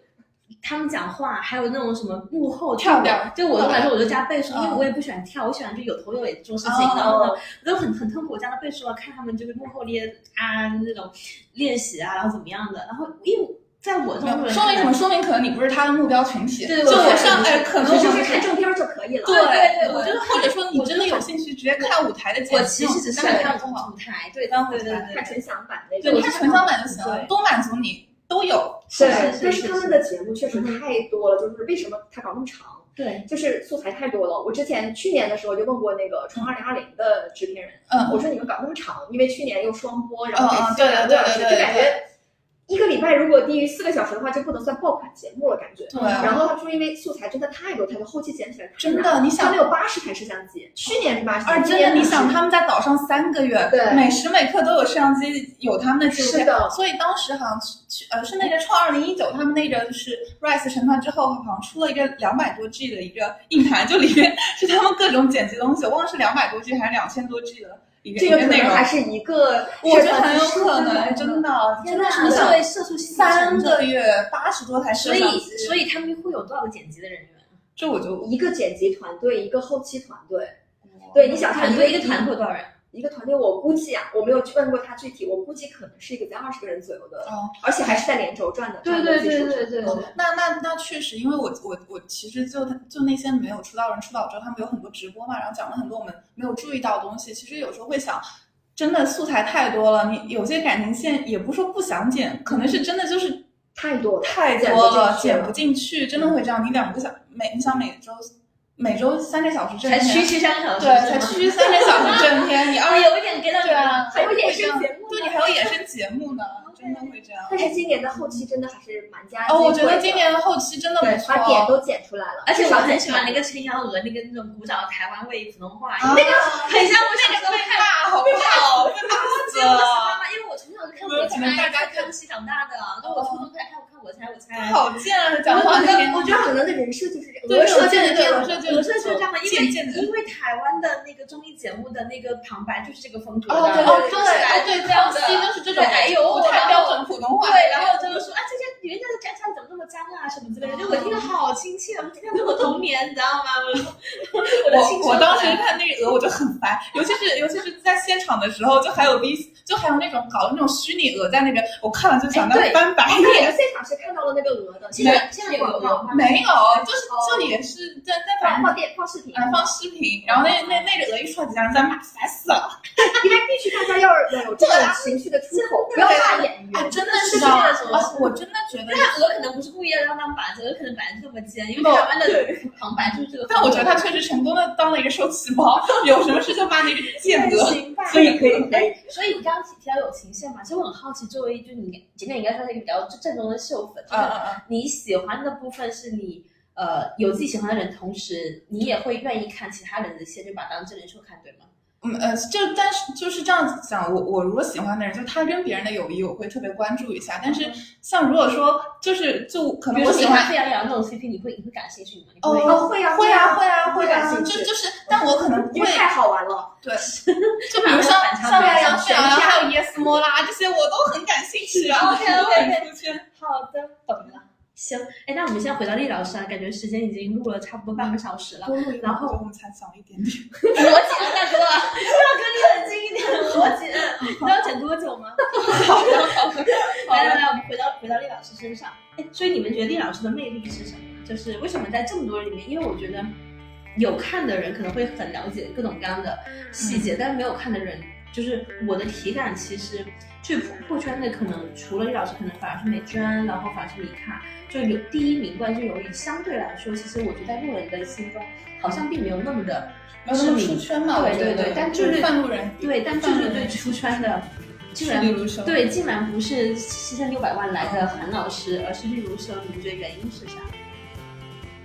Speaker 1: 他们讲话，还有那种什么幕后
Speaker 2: 跳表
Speaker 1: 对我来说，我就加倍数，因
Speaker 2: 嗯
Speaker 1: 为我也不喜欢跳，我喜欢就有头有尾做事情，
Speaker 2: 哦
Speaker 1: 然后呢，我就很很痛苦，我加了倍数啊，看他们就是幕后练啊那种练习啊，然后怎么样的，然后因为在我这
Speaker 2: 没
Speaker 1: 种
Speaker 2: 有说明什么？说明可能你不是他的目标群体。
Speaker 1: 对
Speaker 2: 就
Speaker 1: 我
Speaker 2: 我
Speaker 1: 也
Speaker 2: 上
Speaker 1: 不是
Speaker 2: 哎，可能
Speaker 3: 你就
Speaker 2: 我
Speaker 3: 是看正片儿就可以了。
Speaker 2: 对
Speaker 1: 对对
Speaker 2: 我觉得或者说你真的有兴趣，直接看舞台的节目，
Speaker 1: 我其实只是
Speaker 2: 看
Speaker 1: 想
Speaker 2: 舞台
Speaker 1: 看
Speaker 2: 就好。
Speaker 1: 舞台，对，当对对对
Speaker 3: 看纯享版那
Speaker 2: 对，
Speaker 3: 种。
Speaker 2: 你看纯享版就行了，
Speaker 1: 对
Speaker 2: 都满足你，都有。
Speaker 1: 是
Speaker 3: 对
Speaker 1: 是，
Speaker 3: 但
Speaker 1: 是
Speaker 3: 是他
Speaker 1: 是
Speaker 3: 们的节目确实太多了，就是为什么他搞那么长？
Speaker 1: 对，
Speaker 3: 就是素材太多了。我之前去年的时候就问过那个《冲二零二零》的制片人，
Speaker 2: 嗯， (laughs)
Speaker 3: 我说你们搞那么长，因为去年又双播，然后
Speaker 2: 嗯嗯
Speaker 3: 每期两个
Speaker 2: 对
Speaker 3: 小时，
Speaker 2: 对对
Speaker 3: 就感觉一个礼拜如果低于四个小时的话，就不能算爆款节目了，感觉。
Speaker 2: 对。
Speaker 3: 然后他说，因为素材真的太多，他就后期剪起来太
Speaker 2: 嗯真的
Speaker 3: 难了
Speaker 2: 你想
Speaker 3: 他们有八十台摄像机，去年是八十，
Speaker 2: 而
Speaker 3: 今
Speaker 2: 真的，
Speaker 3: 年
Speaker 2: 你想
Speaker 3: 80
Speaker 2: 他们在岛上三个月，
Speaker 3: 对
Speaker 2: 每时每刻都有摄像机，有他们的纪录
Speaker 3: 是
Speaker 2: 片，
Speaker 3: 的
Speaker 2: 所以当时好像去呃是那个创二零一九，他们那个就是 Rise 成团之后，好像出了一个两百多 G 的一个硬盘，就里面是他们各种剪辑的东西，我忘了是两百多 G 还是两千多 G 的一个
Speaker 3: 这
Speaker 2: 一
Speaker 3: 个可
Speaker 2: 内
Speaker 3: 能
Speaker 2: 容
Speaker 3: 还。是一个，
Speaker 2: 我觉得很有可能，真的，
Speaker 1: 天
Speaker 2: 啊真
Speaker 1: 呐，
Speaker 2: 的是你
Speaker 1: 作
Speaker 2: 想
Speaker 1: 为社畜新
Speaker 2: 三
Speaker 1: 成
Speaker 2: 个月八十多台摄
Speaker 1: 所以
Speaker 2: 像机，
Speaker 1: 所以他们会有多少个剪辑的人员？
Speaker 2: 这我就
Speaker 3: 一个剪辑团队，一个后期团队。对，你想看
Speaker 1: 团队一个团队有多少人？
Speaker 3: 一个团队，我估计啊，我没有去问过他具体，我估计可能是一个在二十个人左右的，
Speaker 2: 哦
Speaker 3: 而且还是在连轴转的。
Speaker 1: 对
Speaker 3: 这样的
Speaker 1: 对
Speaker 3: 技术
Speaker 1: 对对
Speaker 3: 是
Speaker 1: 对对
Speaker 2: 那那那确实，因为我我我其实就就那些没有出道人出道之后，他们有很多直播嘛，然后讲了很多我们没有注意到的东西。其实有时候会想，真的素材太多了，你有些感情线也不是说不想剪，可能是真的就是
Speaker 3: 太多了，
Speaker 2: 太多了，
Speaker 3: 剪
Speaker 2: 剪
Speaker 3: 不
Speaker 2: 不进去，真的会这样。你两个小每你想每周每周三个小时正
Speaker 1: 才区
Speaker 2: 片，
Speaker 1: 区三个小时，
Speaker 2: 对，才区三个小时正
Speaker 3: (laughs)
Speaker 2: 片，你
Speaker 1: 啊，
Speaker 2: 二
Speaker 1: 有一点 get 到你
Speaker 2: 对啊，
Speaker 3: 哎还有衍
Speaker 2: 会这样
Speaker 3: 生节
Speaker 2: 对
Speaker 3: 目呢
Speaker 2: 你还有衍生节目呢，真的会这
Speaker 3: (laughs)
Speaker 2: 样。
Speaker 3: 但是今年的后期真的还是蛮加
Speaker 2: 哦，我
Speaker 3: 机
Speaker 2: 觉
Speaker 3: 会的
Speaker 2: 得今年的后期真的不
Speaker 3: 对
Speaker 2: 错，
Speaker 3: 把点都剪出来了，
Speaker 1: 而且我很喜欢那
Speaker 3: 个。
Speaker 1: 个陈瑶娥那个那种古早台湾味普通话，
Speaker 2: 啊
Speaker 1: 那个很像我小时候
Speaker 2: 被
Speaker 1: 看。
Speaker 2: 骂好不好？被
Speaker 1: 我喜
Speaker 2: 骂
Speaker 1: 欢吗？因为我从小就看
Speaker 2: 没有
Speaker 1: 我
Speaker 2: 可能
Speaker 1: 猜，
Speaker 2: 大
Speaker 1: 看
Speaker 2: 家
Speaker 1: 康熙长大的，跟我
Speaker 2: 哦
Speaker 1: 初中开始看我看我猜我猜
Speaker 2: 死，。好贱啊！讲
Speaker 3: 我
Speaker 2: 话那
Speaker 3: 觉得，
Speaker 2: 边
Speaker 3: 我觉得可能的人设就是这
Speaker 2: 对
Speaker 3: 样，设计
Speaker 2: 对
Speaker 3: 的这
Speaker 2: 对，我
Speaker 3: 样
Speaker 2: 说
Speaker 3: 的。
Speaker 2: 就
Speaker 1: 我是是这样的，因
Speaker 2: 贱贱
Speaker 1: 为
Speaker 2: 的。
Speaker 1: 因为台湾的那个综艺节目的那个旁白就是这个风格的，
Speaker 2: 哦对
Speaker 3: 对对
Speaker 2: 康熙来对康熙就是这种
Speaker 1: 哎呦
Speaker 2: 不太
Speaker 1: 然后
Speaker 2: 标准普通话，
Speaker 1: 对，然后就是说啊，这些女人家的家家怎么那么脏啊，什么之类
Speaker 2: 哦
Speaker 1: 的，就我听着好亲切，我听着我童年，你知道吗？我我的青春啊
Speaker 2: 我我当
Speaker 1: 回
Speaker 2: 时
Speaker 1: 来了
Speaker 2: 看那个鹅我就很烦，尤其是尤其是在现场的时候，就还有 V，就还有那种搞的那种虚拟鹅在那边，我看了就想到
Speaker 3: 哎对
Speaker 2: 翻白
Speaker 3: 但我
Speaker 2: 眼。
Speaker 3: 们现场是看到了那个鹅的，
Speaker 1: 现在现在有
Speaker 3: 广
Speaker 1: 有
Speaker 3: 告
Speaker 1: 吗？
Speaker 2: 没有，就是就也是在在
Speaker 3: 放
Speaker 2: 反正呃
Speaker 3: 放电放视频，
Speaker 2: 嗯放视频，然后那那那个鹅一出来，几家人在骂，烦死了。
Speaker 3: 因为必须大大家要是有这种情绪的出口，不要
Speaker 1: 啊呃
Speaker 3: 骂演员。
Speaker 2: 哎，真的
Speaker 1: 是
Speaker 2: 是
Speaker 1: 这
Speaker 2: 啊
Speaker 1: 样子！
Speaker 2: 啊我真的觉得，
Speaker 1: 他鹅可能不是故意的让他们把这个，可能本来就这么尖，因为台湾的旁白就是这个。
Speaker 2: 哦但我觉得他确实成功的当了一个受气包，有什么事就骂那个贱鹅。
Speaker 1: 所
Speaker 2: 所
Speaker 1: 以可
Speaker 2: 以可
Speaker 1: 以
Speaker 2: 以，
Speaker 1: 哎，所以你刚刚提到友情线嘛，其实我很好奇，作为就你简简应该算是一个比较正宗的秀粉，就
Speaker 2: 嗯
Speaker 1: 是
Speaker 2: 嗯嗯，
Speaker 1: 你喜欢的部分是你呃有自己喜欢的人，同时你也会愿意看其他人的线，就把它当真人秀看，对吗？
Speaker 2: 嗯呃，就但是就是这样子讲，我我如果喜欢的人，就他跟别人的友谊，我会特别关注一下。但是像如果说就是就可
Speaker 1: 比
Speaker 2: 能
Speaker 1: 如
Speaker 2: 我
Speaker 1: 说你
Speaker 2: 喜
Speaker 1: 看
Speaker 2: 欢
Speaker 1: 沸羊羊那种 CP，你会你会感兴趣吗？你会
Speaker 2: 哦
Speaker 3: 会啊
Speaker 2: 会啊会啊
Speaker 3: 会
Speaker 2: 会
Speaker 3: 感
Speaker 2: 啊，
Speaker 3: 兴
Speaker 2: 就
Speaker 3: 趣
Speaker 2: 就是，但我可能不
Speaker 3: 因
Speaker 2: 会
Speaker 3: 为太好玩了。
Speaker 2: 对，就比如像像像沈阳还有耶斯莫拉这些，我都很感兴趣啊。
Speaker 1: OK，OK，OK
Speaker 2: (laughs) 出圈。
Speaker 1: 好的，懂了。行，哎，那我们现在回到厉老师啊，感觉时间已经录了差不多半个小时了，然后
Speaker 2: 我们才小一点点，
Speaker 1: 逻辑啊，大哥，要跟你冷静一点，逻辑，嗯你知道剪多久吗？来来来，我们回到回到厉老师身上。哎，所以你们觉得厉老师的魅力是什么？就是为什么在这么多人里面？因为我觉得有看的人可能会很了解各种各样的细节，但是没有看的人，就是我的体感其实最破破圈的，可能除了厉老师，可能反而是美娟，然后反而是米卡，就有第一名冠军游泳，相对来说，其实我觉得在路人的心中好像并没有那么的
Speaker 2: 没有那么出圈嘛？
Speaker 1: 对
Speaker 2: 我觉得
Speaker 1: 对对但就
Speaker 2: 就是是半路人，
Speaker 1: 对，但最最最出圈
Speaker 2: (laughs)
Speaker 1: 的，竟
Speaker 2: 是
Speaker 1: 然
Speaker 2: 例如说，
Speaker 1: 对，竟然不是七千六百万来的韩老师，而是例如说，你们觉得原因是啥？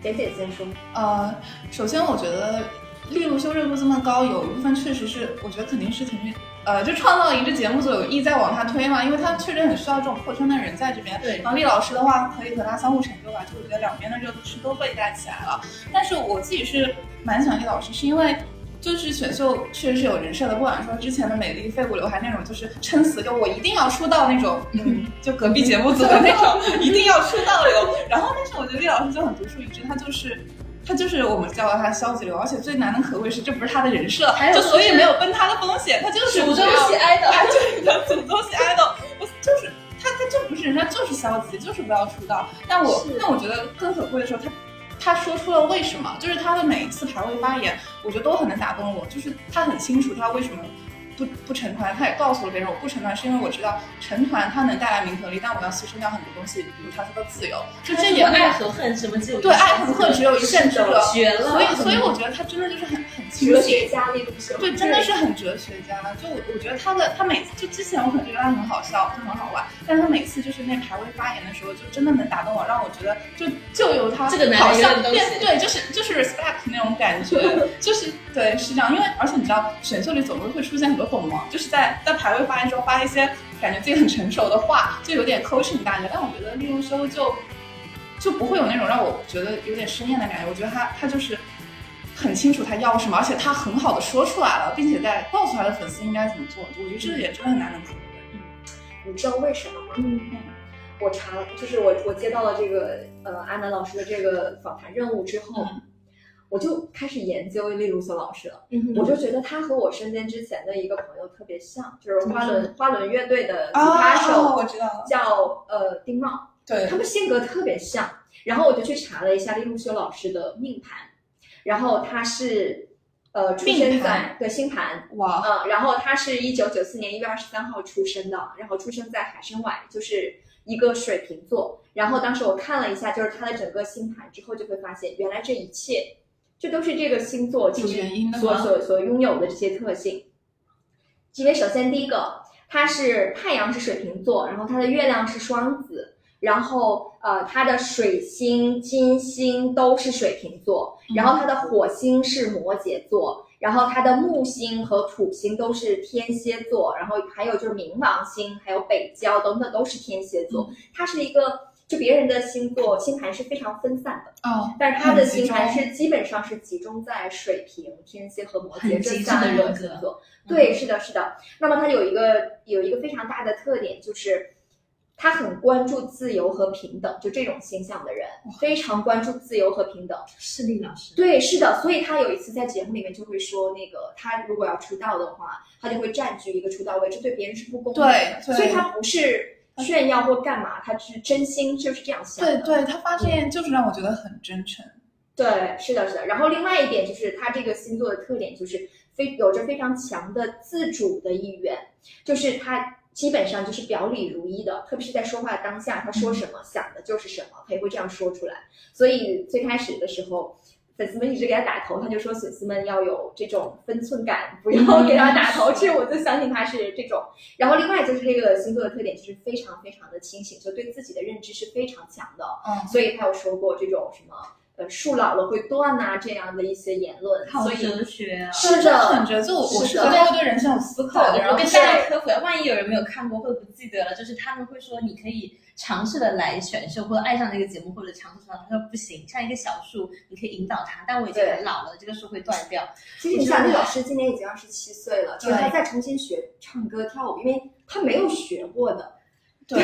Speaker 3: 简简先说，
Speaker 2: 呃，首先我觉得《利路修》热度这么高，有一部分确实是，我觉得肯定是腾讯。呃，就创造营这节目组有意在往下推嘛，因为他们确实很需要这种破圈的人在这边。
Speaker 1: 对
Speaker 2: 然后厉老师的话，可以和他相互成就吧，就我觉得两边的热度是都被带起来了。但是我自己是蛮喜欢厉老师，是因为就是选秀确实是有人设的，不管说之前的美丽废骨刘海那种，就是撑死就我一定要出道那种，嗯，就隔壁节目组的那种，一定要出道流。然后，但是我觉得厉老师就很独树一帜，他就是。他就是我们叫他消极流，而且最难能可贵是这不是他的人设
Speaker 1: 还，有
Speaker 2: 就
Speaker 1: 就是
Speaker 2: 所以没有崩塌的风险，他就是
Speaker 1: 主
Speaker 2: 不
Speaker 1: 动
Speaker 2: 要
Speaker 1: 喜爱
Speaker 2: (laughs)
Speaker 1: 的，
Speaker 2: 哎，对的，主动型 idol，我就是他，他就不是人，他就是消极，就是不要出道。但我
Speaker 1: 是，
Speaker 2: 但我觉得更可贵的时候，他他说出了为什么，就是他的每一次排位发言，我觉得都很能打动我，就是他很清楚他为什么。不不成团，他也告诉了别人，我不成团是因为我知道成团它能带来名和利，但我要牺牲掉很多东西，比如他说的自由，就这也
Speaker 1: 什么爱和恨，什么只有一
Speaker 2: 对
Speaker 1: 线
Speaker 2: 爱和恨只有一线之隔，
Speaker 1: 绝了。
Speaker 2: 所以所以我觉得他真的就是很很清
Speaker 3: 哲
Speaker 2: 醒
Speaker 3: 学家利路修，
Speaker 2: 对，真的是很哲学家。就我我觉得他的他每次就之前我可能觉得他很好笑，就很好玩，但是他每次就是那排位发言的时候，就真的能打动我，让我觉得就就有他
Speaker 1: 这个男
Speaker 2: 好
Speaker 1: 人有
Speaker 2: 像
Speaker 1: 点东
Speaker 2: 变
Speaker 1: 西
Speaker 2: 对，就是就是 respect 那种感觉，就是对是这样。因为而且你知道选秀里总会会出现很多懂王，就是在在排位发言时候发一些感觉自己很成熟的话，就有点 coaching 大家。但我觉得利路修就就不会有那种让我觉得有点生厌的感觉。我觉得他他就是很清楚他要什么，而且他很好的说出来了，并且在告诉他的粉丝应该怎么做。我觉得这也真的很难能可贵。
Speaker 3: 你知道为什么吗？
Speaker 1: 嗯，
Speaker 3: 我查，就是我我接到了这个呃阿南老师的这个访谈任务之后，我就开始研究利鲁索老师了。
Speaker 1: 嗯
Speaker 3: 我就觉得他和我身边之前的一个朋友特别像，就是花
Speaker 1: 怎
Speaker 3: 轮花轮乐队的吉
Speaker 2: 哦
Speaker 1: 啊
Speaker 3: 他手、
Speaker 1: 哦
Speaker 2: 我知道了，
Speaker 3: 叫呃丁茂，
Speaker 2: 哦对
Speaker 3: 他，们性格特别像。然后我就去查了一下利路修老师的命盘，然后他是呃出生
Speaker 2: 命
Speaker 3: 在
Speaker 2: 盘
Speaker 3: 对星盘，
Speaker 2: 哇，
Speaker 3: 嗯，然后他是一九九四年一月二十三号出生的，然后出生在海参崴，就是一个水瓶座。然后当时我看了一下，就是他的整个星盘之后，就会发现原来这一切，这都是这个星座其
Speaker 2: 有
Speaker 3: 实
Speaker 2: 原因的
Speaker 3: 所
Speaker 2: 吗
Speaker 3: 所所拥有的这些特性。因为首先第一个，他是太阳是水瓶座，然后他的月亮是双子，然后呃，它的水星、金星都是水瓶座，
Speaker 2: 嗯
Speaker 3: 然后它的火星是摩羯座，然后它的木星和土星都是天蝎座，然后还有就是冥王星，还有北交等等都是天蝎座。
Speaker 2: 嗯
Speaker 3: 它是一个就别人的星座星盘是非常分散的，
Speaker 2: 哦，
Speaker 3: 但是它的
Speaker 2: 很集
Speaker 3: 星盘
Speaker 2: 中
Speaker 3: 是基本上是集中在水瓶、天蝎和摩羯
Speaker 1: 很
Speaker 3: 这
Speaker 1: 极致
Speaker 3: 三
Speaker 1: 的
Speaker 3: 个
Speaker 1: 人
Speaker 3: 星
Speaker 1: 格
Speaker 3: 座。对，
Speaker 2: 嗯
Speaker 3: 是的，是的。那么它有一个有一个非常大的特点，就是他很关注自由和平等，就这种形象的人非常关注自由和平等。
Speaker 1: 是厉老师，
Speaker 3: 对，是的。所以他有一次在节目里面就会说，那个他如果要出道的话，他就会占据一个出道位，这对别人是不公平的。
Speaker 2: 对对
Speaker 3: 所以他不是炫耀或干嘛，他是真心就是这样想
Speaker 2: 对
Speaker 3: 的。
Speaker 2: 对，他发这件就是让我觉得很真诚。
Speaker 3: 对，是的，是的。然后另外一点就是，它这个星座的特点就是非有着非常强的自主的意愿，就是他基本上就是表里如一的，特别是在说话当下，他说什么、想的就是什么，他也会这样说出来。所以最开始的时候，粉丝们一直给他打头，他就说粉丝们要有这种分寸感，不要给他打头。这我就相信他是这种。然后另外就是这个星座的特点就是非常非常的清醒，就对自己的认知是非常强的。哦
Speaker 2: 嗯，
Speaker 3: 所以他有说过这种什么呃树老了会断呐、这样的一些言论，
Speaker 1: 靠
Speaker 3: 所以
Speaker 1: 哲学啊。
Speaker 3: 是
Speaker 2: 这
Speaker 3: 的
Speaker 2: 很哲，就我我
Speaker 3: 是
Speaker 2: 是
Speaker 3: 的
Speaker 2: 个会对人生有思考的，然
Speaker 1: 我
Speaker 2: 后
Speaker 1: 跟
Speaker 2: 是
Speaker 1: 大家科普一下，万一有人没有看过或者不记得了，就是他们会说你可以尝试的来选秀，或者爱上这个节目，或者尝试什么。他说不行，像一个小树，你可以引导它，但我已经很老了，这个树会断掉。
Speaker 3: 其实你像李老师今年已经二十七岁了，就是
Speaker 1: 对
Speaker 3: 他再重新学唱歌跳舞，因为他没有学过的，
Speaker 2: 对，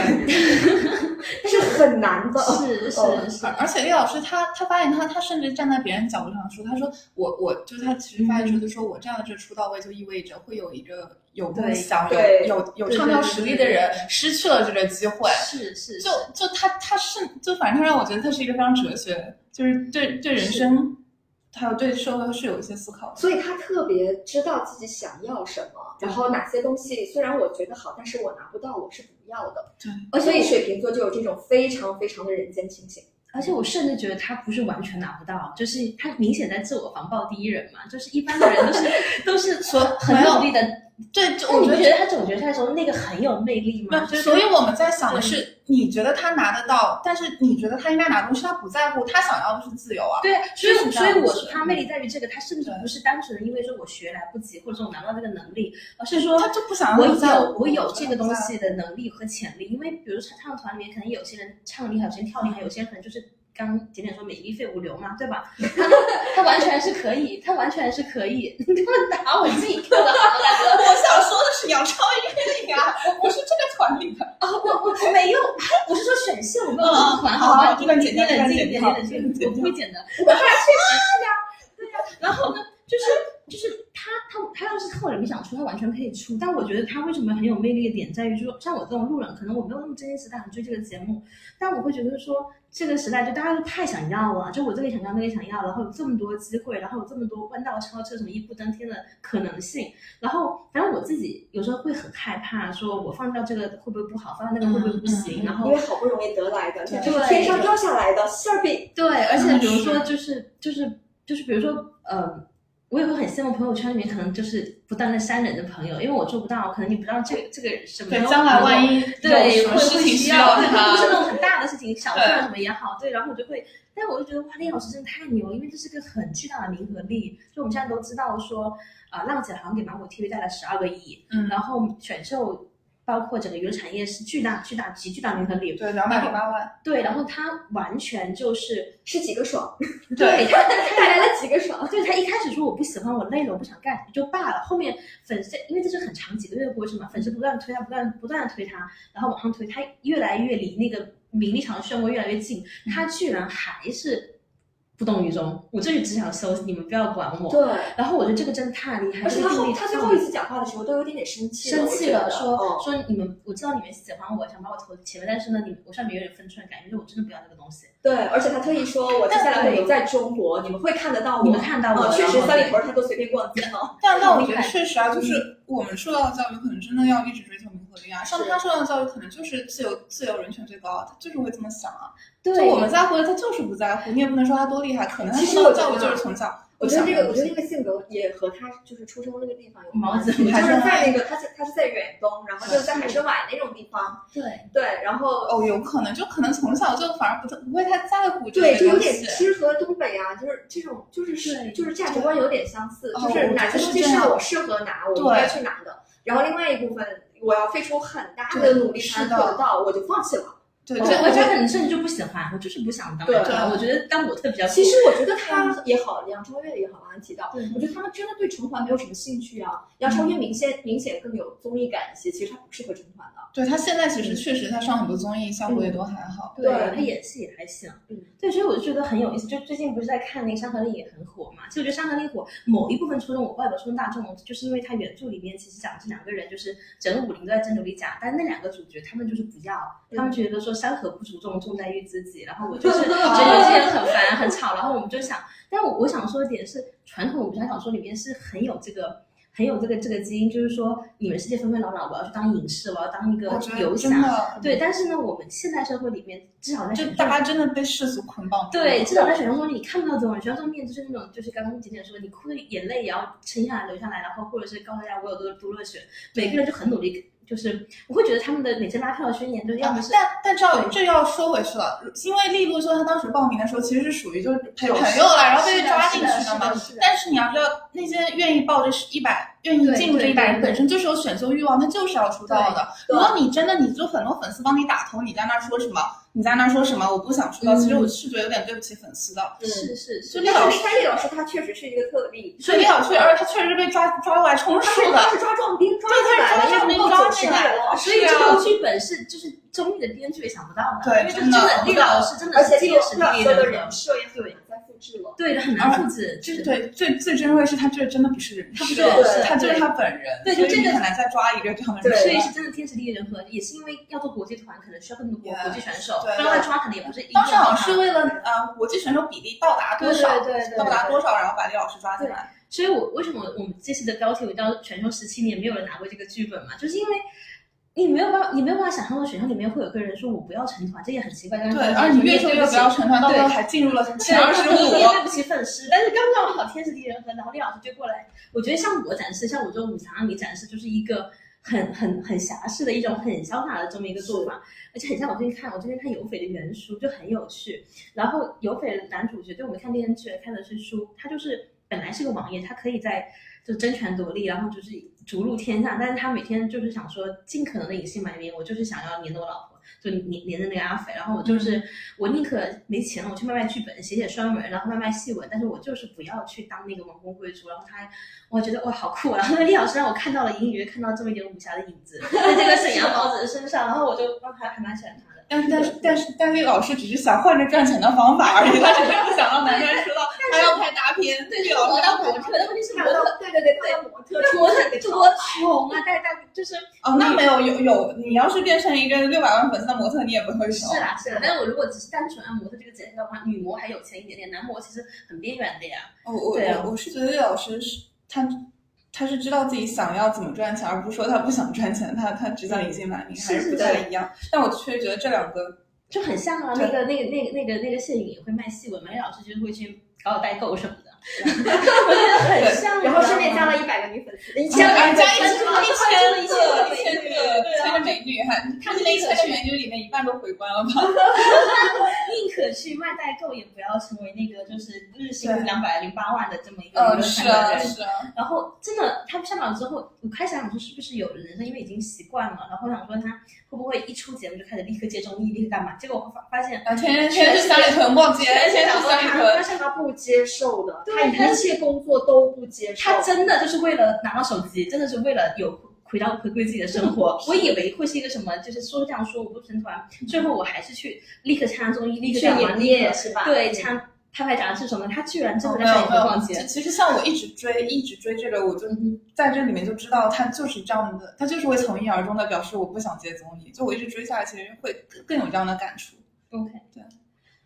Speaker 3: 但是很难的。
Speaker 1: 是
Speaker 3: 哦
Speaker 1: 是是
Speaker 2: 而，而且厉老师他他发现他他甚至站在别人角度上说，他说我我就是他其实发现说，就说我这样的这出到位，就意味着会有一个有梦想、有
Speaker 3: 对
Speaker 2: 有有
Speaker 1: 对
Speaker 2: 唱
Speaker 1: 对
Speaker 2: 跳
Speaker 1: 对
Speaker 2: 实
Speaker 1: 对
Speaker 2: 力的
Speaker 1: 对
Speaker 2: 人
Speaker 1: 对
Speaker 2: 失去了这个机会。
Speaker 1: 是是，
Speaker 2: 就就他他是就反正他让我觉得他是一个非常哲学，就是对对人生还有对社会是有一些思考的。
Speaker 3: 所以他特别知道自己想要什么，然后哪些东西虽然我觉得好，但是我拿不到，我是不要的。
Speaker 2: 对，
Speaker 3: 而且水瓶座就有这种非常非常的人间清醒。
Speaker 1: 而且我甚至觉得他不是完全拿不到，就是他明显在自我防爆第一人嘛，就是一般的人都是都是
Speaker 2: 所
Speaker 1: 很
Speaker 2: 没有
Speaker 1: 努力的。
Speaker 2: 对，就
Speaker 1: 那
Speaker 2: 我
Speaker 1: 你
Speaker 2: 觉
Speaker 1: 不
Speaker 2: 得
Speaker 1: 觉得他总决赛的时候那个很有魅力吗？
Speaker 2: 那
Speaker 1: 就是
Speaker 2: 嗯所以我们在想的是，你觉得他拿得到，但是你觉得他应该拿东西，他不在乎，他想要的是自由啊。
Speaker 1: 对，所以
Speaker 2: 就是这嗯
Speaker 1: 所
Speaker 2: 样
Speaker 1: 以我
Speaker 2: 子
Speaker 1: 说他魅力在于这个，他甚至
Speaker 2: 对
Speaker 1: 不是单纯的因为说我学来不及，或者说我拿不到这个能力，而是说
Speaker 2: 他就不想要
Speaker 1: 我
Speaker 2: 在
Speaker 1: 有
Speaker 2: 乎
Speaker 1: 我有这个东
Speaker 2: 在乎
Speaker 1: 西的能力和潜力。因为比如说唱团里面，可能有些人唱得厉害，有些人跳得
Speaker 2: 嗯
Speaker 1: 厉害，有些人可能就是刚简简说美丽废物流嘛，对
Speaker 2: (laughs)
Speaker 1: 吧？他他完全是可以，他完全是可以， (laughs) 你这么打我自己 Q 的好吗，大哥？
Speaker 2: 我想说的是杨超越呀，啊我不是这个团里的。
Speaker 1: 啊，我我我没有， (laughs) 我是说选秀，我没有唱团，嗯好吧？你
Speaker 2: 这段
Speaker 1: 你你
Speaker 2: 剪掉
Speaker 1: 冷静一
Speaker 2: 这
Speaker 1: 点，
Speaker 2: 段
Speaker 1: 你
Speaker 2: 剪
Speaker 1: 冷静，
Speaker 2: 掉
Speaker 1: 我啊不会剪的。
Speaker 3: 我还
Speaker 1: 然后呢，就是就是他他他要是靠人想出，他完全可以出。但我觉得他为什么很有魅力的点在于，就是说像我这种路人，可能我没有那么真实时代很追这个节目，但我会觉得说这个时代就大家都太想要了，就我这个也想要那个也想要，然后有这么多机会，然后有这么多弯道超车、什么一步登天的可能性。然后反正我自己有时候会很害怕，说我放掉这个会不会不好，放掉那个会不会不行，
Speaker 2: 嗯嗯嗯
Speaker 1: 然后
Speaker 3: 因为好不容易得来的，
Speaker 2: 对
Speaker 3: 这是天上掉下来的馅儿饼。
Speaker 1: 对，而且比如
Speaker 2: 是
Speaker 1: 说就是就是就是比如说呃，我也会很羡慕朋友圈里面可能就是不断的删人的朋友，因为我做不到，可能你不知道这个这个人什么
Speaker 2: 对，
Speaker 1: 时候
Speaker 2: 将来万
Speaker 1: 有
Speaker 2: 一
Speaker 1: 对
Speaker 2: 有什
Speaker 1: 会
Speaker 2: 么事
Speaker 1: 会
Speaker 2: 情
Speaker 1: 需
Speaker 2: 要
Speaker 1: 对，不是那
Speaker 2: 他，嗯
Speaker 1: 种很大的事情，小事
Speaker 2: 对
Speaker 1: 儿什么也好，对，然后我就会。但我就觉得哇，厉老师真的太牛，因为这是个很巨大的弥合力。就我们现在都知道说，啊、浪姐好像给芒果 TV 带来十二个亿，
Speaker 2: 嗯
Speaker 1: 然后选秀包括整个娱乐产业是巨大、巨大、极巨大弥合力。
Speaker 2: 对，两百零八万，
Speaker 1: 对，然后他完全就是
Speaker 3: 吃几个爽，
Speaker 2: 对，
Speaker 1: 他他
Speaker 3: (laughs) 带来了几个爽。
Speaker 1: 对他一开始说我不喜欢，我累了，我不想干也就罢了。后面粉丝因为这是很长几个月的过程嘛，粉丝不断地推他，不断地不断的推他，然后往上推，他越来越离那个名利场的漩涡越来越近，他居然还是不动于衷。我这里只想休息，你们不要管我。
Speaker 3: 对，
Speaker 1: 然后我觉得这个真的太厉害，
Speaker 3: 而且
Speaker 1: 这
Speaker 3: 他
Speaker 1: 个
Speaker 3: 后
Speaker 1: 毅力
Speaker 3: 他
Speaker 1: 太
Speaker 3: 最后一次讲话的时候都有点点生气
Speaker 1: 生
Speaker 3: 我
Speaker 1: 气
Speaker 3: 觉
Speaker 1: 了，
Speaker 3: 得
Speaker 1: 说、
Speaker 3: 嗯
Speaker 1: 说你们，我知道你们喜欢我，想把我投前面，但是呢，你们我上面有点分寸感，因为我真的不要这个东西。
Speaker 3: 对，而且他特意说，我接下来会留在中国，你们会看得到我。
Speaker 1: 你们看到我
Speaker 3: 嗯确实
Speaker 1: 然后
Speaker 3: 三里屯他都随便逛街了。
Speaker 2: 但但我觉
Speaker 1: 厉
Speaker 2: 得
Speaker 1: 害
Speaker 2: 确实啊，就是我们受到的教育可能真的要一直追求弥合力啊，像
Speaker 3: 是
Speaker 2: 他受到的教育可能就是自由自由人权最高，他就是会这么想啊。
Speaker 1: 对
Speaker 2: 就我们在乎的，他就是不在乎，你也不能说他多厉害，可能他
Speaker 3: 其实
Speaker 2: 受到的教
Speaker 3: 我
Speaker 2: 育
Speaker 3: 觉得
Speaker 2: 就是从小。
Speaker 3: 我觉得这个，我
Speaker 2: 不
Speaker 3: 觉
Speaker 2: 想
Speaker 3: 得这个性格也和他就是出生那个地方有
Speaker 1: 毛
Speaker 3: 关系，
Speaker 1: 子
Speaker 3: 就是
Speaker 2: 还是
Speaker 3: 在那个他是他是在远东，然后就是在海参崴那种地方。
Speaker 1: 对。
Speaker 3: 对，然后
Speaker 2: 哦，有可能，就可能从小就反而不太不会太在乎这
Speaker 3: 对，
Speaker 2: 些
Speaker 3: 就有
Speaker 2: 东
Speaker 3: 点
Speaker 2: 西。
Speaker 3: 其实和东北啊，就是这种就是是
Speaker 1: 对
Speaker 3: 就是价值观有点相似，
Speaker 2: 哦
Speaker 3: 就
Speaker 2: 我觉
Speaker 3: 是
Speaker 2: 得
Speaker 3: 哪些
Speaker 2: 是
Speaker 3: 东西
Speaker 2: 这
Speaker 3: 是
Speaker 2: 样
Speaker 3: 我适合拿，我
Speaker 2: 对
Speaker 3: 应该去拿的。然后另外一部分，我要费出很大的
Speaker 2: 对
Speaker 3: 努力才
Speaker 2: 是
Speaker 3: 能
Speaker 2: 的
Speaker 3: 做得到，我就放弃了。
Speaker 2: 对，
Speaker 1: 我
Speaker 2: 这
Speaker 1: 我觉
Speaker 2: 这
Speaker 1: 得很甚至就不喜欢，我就是不想当
Speaker 3: 对
Speaker 1: 模特儿。我觉得当模特比较
Speaker 3: 其实我觉得
Speaker 2: 嗯
Speaker 3: 他也好，杨超越也好，刚才提到，我觉得他们真的对成团没有什么兴趣啊。杨超
Speaker 2: 嗯
Speaker 3: 越明显明显更有综艺感一些，其实他不适合成团的。
Speaker 2: 对他现在
Speaker 3: 嗯
Speaker 2: 其实确实他上很多综艺，效果也都还好。
Speaker 1: 对
Speaker 3: 对
Speaker 1: 他演戏也还行
Speaker 3: 嗯，
Speaker 1: 对，所以我就觉得很有意思。就最近不是在看那个《山河令》也很火嘛，其实我觉得《山河令》火某一部分触动我外表触动大众，就是因为它原著里面其
Speaker 2: 嗯
Speaker 1: 实讲的是两个人，就是整个武林都在争刘丽甲，但那两个主角他们就是不要，他们觉得说山河不足重，重在遇知己。然后我
Speaker 2: (laughs)
Speaker 1: 就是觉得有些人很烦很吵，然后我们就想，但我我想说的点是，传统武侠小说里面是很有这个。很有这个这个基因，就是说你们世界纷纷扰扰，我要去当隐士，我要当一个
Speaker 2: 我觉得
Speaker 1: 游
Speaker 2: 真
Speaker 1: 侠。
Speaker 2: 的，
Speaker 1: 对，但是呢，我们现代社会里面，至少在
Speaker 2: 嗯就
Speaker 1: 选秀
Speaker 2: 大家真嗯的被世俗捆绑住了。
Speaker 1: 对，至少在选秀中你看不到这种人，选秀中面就是那种，就是刚刚简简说，你哭的眼泪也要撑下来流下来，然后或者是告诉大家我有多多热血，每个人就很努力，就是我会觉得他们的每次拉票的宣言，就是要么是
Speaker 2: 但但这要
Speaker 1: 对
Speaker 2: 这要说回去了，因为利路说他当时报名的时候其实是属于就是陪
Speaker 1: 有
Speaker 2: 朋
Speaker 1: 事
Speaker 2: 友啊了，然后
Speaker 1: 是
Speaker 2: 被
Speaker 1: 的
Speaker 2: 抓
Speaker 1: 是
Speaker 2: 进
Speaker 1: 的
Speaker 2: 去
Speaker 1: 是
Speaker 2: 了嘛
Speaker 1: 的是。的
Speaker 2: 但是你要知道，那些愿意报这一百愿意
Speaker 1: 对
Speaker 2: 进入这
Speaker 1: 对
Speaker 2: 一百
Speaker 1: 对
Speaker 2: 人本身就是有选秀欲望，他就是要出道的。
Speaker 3: 对
Speaker 2: 如果你真的你就很多粉丝帮你打头，你在那说什么，你在那说什么我不想出道，其
Speaker 1: 嗯
Speaker 2: 实我是觉得有点对不起粉丝的。
Speaker 3: 嗯，
Speaker 1: 是是是
Speaker 2: 就，那
Speaker 3: 但
Speaker 2: 种
Speaker 3: 是山里老师他确实是一个特例，
Speaker 2: 所以李小翠，而且他确实是被抓抓过来充
Speaker 3: 他是
Speaker 2: 数的
Speaker 3: 他。是抓壮丁，抓
Speaker 2: 对
Speaker 3: 进来
Speaker 2: 他
Speaker 3: 的，
Speaker 2: 是抓壮丁
Speaker 3: 要不
Speaker 2: 抓
Speaker 3: 够
Speaker 2: 进
Speaker 3: 九十
Speaker 2: 来
Speaker 3: 个人了。
Speaker 1: 所以这种剧本是就是综艺的编剧也想不到的，
Speaker 2: 啊对
Speaker 1: 因为就是
Speaker 2: 真
Speaker 1: 真
Speaker 2: 的
Speaker 1: 的利老师真的
Speaker 3: 而
Speaker 1: 是这
Speaker 3: 且这个
Speaker 1: 个
Speaker 3: 是
Speaker 1: 实
Speaker 3: 老
Speaker 1: 力
Speaker 3: 师
Speaker 1: 的
Speaker 3: 的
Speaker 1: 人
Speaker 3: 人，设也很
Speaker 1: 对
Speaker 3: 难再复制了。
Speaker 1: 对的很难复制，就是
Speaker 2: 对，最最珍贵是他这真的不是人设，
Speaker 1: 他不是
Speaker 3: 人设
Speaker 2: 他就是
Speaker 1: 对
Speaker 2: 他本人，
Speaker 1: 对
Speaker 2: 所
Speaker 1: 就
Speaker 2: 以
Speaker 1: 这
Speaker 2: 你
Speaker 1: 个
Speaker 2: 很难再抓一个这样的
Speaker 3: 对
Speaker 2: 人。
Speaker 1: 所以是真的天时地利人和，也是因为要做国际团，可能需要更多国
Speaker 2: Yeah，
Speaker 1: 国际选手，
Speaker 2: 对
Speaker 1: 不然他抓可能也不是一
Speaker 2: 当时好像
Speaker 1: 定
Speaker 2: 是
Speaker 1: 抓
Speaker 2: 为了呃国际选手比例到达多少，
Speaker 1: 对对对对
Speaker 2: 到达多少，然后把李老师抓进来。
Speaker 1: 所以我为什么我们这期的标题我叫“选秀十七年没有人拿过这个剧本”嘛，就是因为你没有办法，你没有办法想象到选秀里面会有个人说我不要成团，这也很奇怪。但是
Speaker 2: 对，而嗯且你越说越不要成团，到最后还进入了前二十
Speaker 1: 你
Speaker 2: 五
Speaker 1: 也。 (laughs) 对不起粉丝，但是刚刚好天时地利人和，然后李老师就过来。我觉得像我展示，像我这种五常让你展示，就是一个很很很侠士的一种很潇洒的这么一个做法，而且很像我最近看，我最近看有匪的原书就很有趣。然后有匪的男主角，就我们看电视剧看的是书，他就是本来是个王爷，他可以在就争权夺利，然后就是逐鹿天下，但是他每天就是想说尽可能的隐姓埋名，我就是想要黏着我老婆。就黏黏着那个阿肥，然后我就是、我宁可没钱了，我去卖卖剧本，写写酸文，然后卖卖戏文，但是我就是不要去当那个王公贵族。然后他，我觉得哇好酷啊！然后那李老师让我看到了隐隐约约看到这么一点武侠的影子在这个沈阳毛子的身上，然后我就哇还还蛮喜欢他的。
Speaker 2: 但是但是但是戴笠老师只是想换着赚钱的方法而已，他只是不想让男人知道他要拍大片。对，
Speaker 1: 对，
Speaker 2: 老
Speaker 1: 我
Speaker 2: 师
Speaker 1: 当
Speaker 2: 当
Speaker 1: 模特，但问题是模特
Speaker 3: 看到，对对对，看到模特，
Speaker 1: 模特
Speaker 3: 出
Speaker 1: 多穷啊！大大就是
Speaker 2: 哦，那没有有有，你要是变成一个六百万粉丝的模特，你也不会
Speaker 1: 是
Speaker 2: 穷。
Speaker 1: 啦是啦，啊但是我如果只是单纯按模特这个简介的话，女模还有钱一点点，男模其实很边缘的呀。
Speaker 2: 我我
Speaker 1: 对啊
Speaker 2: 我我是觉得老师是他他是知道自己想要怎么赚钱，而不是说他不想赚钱，他他只想隐姓埋名，还
Speaker 1: 是
Speaker 2: 是不
Speaker 1: 的
Speaker 2: 太一样。但我确实觉得这两个，
Speaker 1: 就很像啊，那个那个那个那个那个谢颖也会卖戏文嘛，梅老师就是会去搞搞代购什么的，我觉得很像啊。
Speaker 3: 然后顺便加了一百个女粉丝，嗯一
Speaker 1: 加
Speaker 3: 千
Speaker 1: 了
Speaker 2: 哎
Speaker 1: 两
Speaker 3: 个女
Speaker 1: 百
Speaker 2: 加
Speaker 3: 粉
Speaker 2: 一
Speaker 1: 个
Speaker 2: 千
Speaker 3: 丝
Speaker 1: 粉丝一
Speaker 2: 一千个一千
Speaker 1: 千
Speaker 2: 个
Speaker 1: 个
Speaker 2: 一千个美女，还他们那一千个美女里面一半都回关了吧？
Speaker 1: (laughs) 宁可去卖代购，也不要成为那个就是日薪
Speaker 2: 对
Speaker 1: 两百零八万的这么一个一
Speaker 2: 嗯，
Speaker 1: 个
Speaker 2: 是
Speaker 1: 上班
Speaker 2: 啊
Speaker 1: 人。
Speaker 2: 是啊，
Speaker 1: 然后真的，他上榜之后，我开始想说是不是有人生，因为已经习惯了，然后想说他会不会一出节目就开始立刻接综艺，立刻干嘛？结果我发发现，
Speaker 2: 啊天天天去三里屯逛街，天天去
Speaker 3: 他
Speaker 2: 三里屯 (laughs)
Speaker 3: 他。是他不接受的，
Speaker 1: 对
Speaker 3: 他
Speaker 1: 他
Speaker 3: 一切工作都不接受。
Speaker 1: 他真的就是为了拿到手机，真的是为了有回到回归自己的生活。我以为会是一个什么，就是说这样说我不成团，最后我还是去立刻参加综艺，立刻
Speaker 3: 去
Speaker 1: 干嘛？
Speaker 3: 演
Speaker 1: 立刻
Speaker 3: 练是吧？
Speaker 1: 对，参拍拍杂志什么，他居然真的
Speaker 2: 没
Speaker 1: 在上
Speaker 2: 有
Speaker 1: 一
Speaker 2: 没
Speaker 1: 个
Speaker 2: 有
Speaker 1: 逛，街
Speaker 2: 其。嗯其实像我一直追一直追这个，我就在这里面就知道他就是这样的，他就是会从一而终的表示我不想接综艺，就我一直追下来，其实会更更有这样的感触。
Speaker 1: OK，
Speaker 2: 对。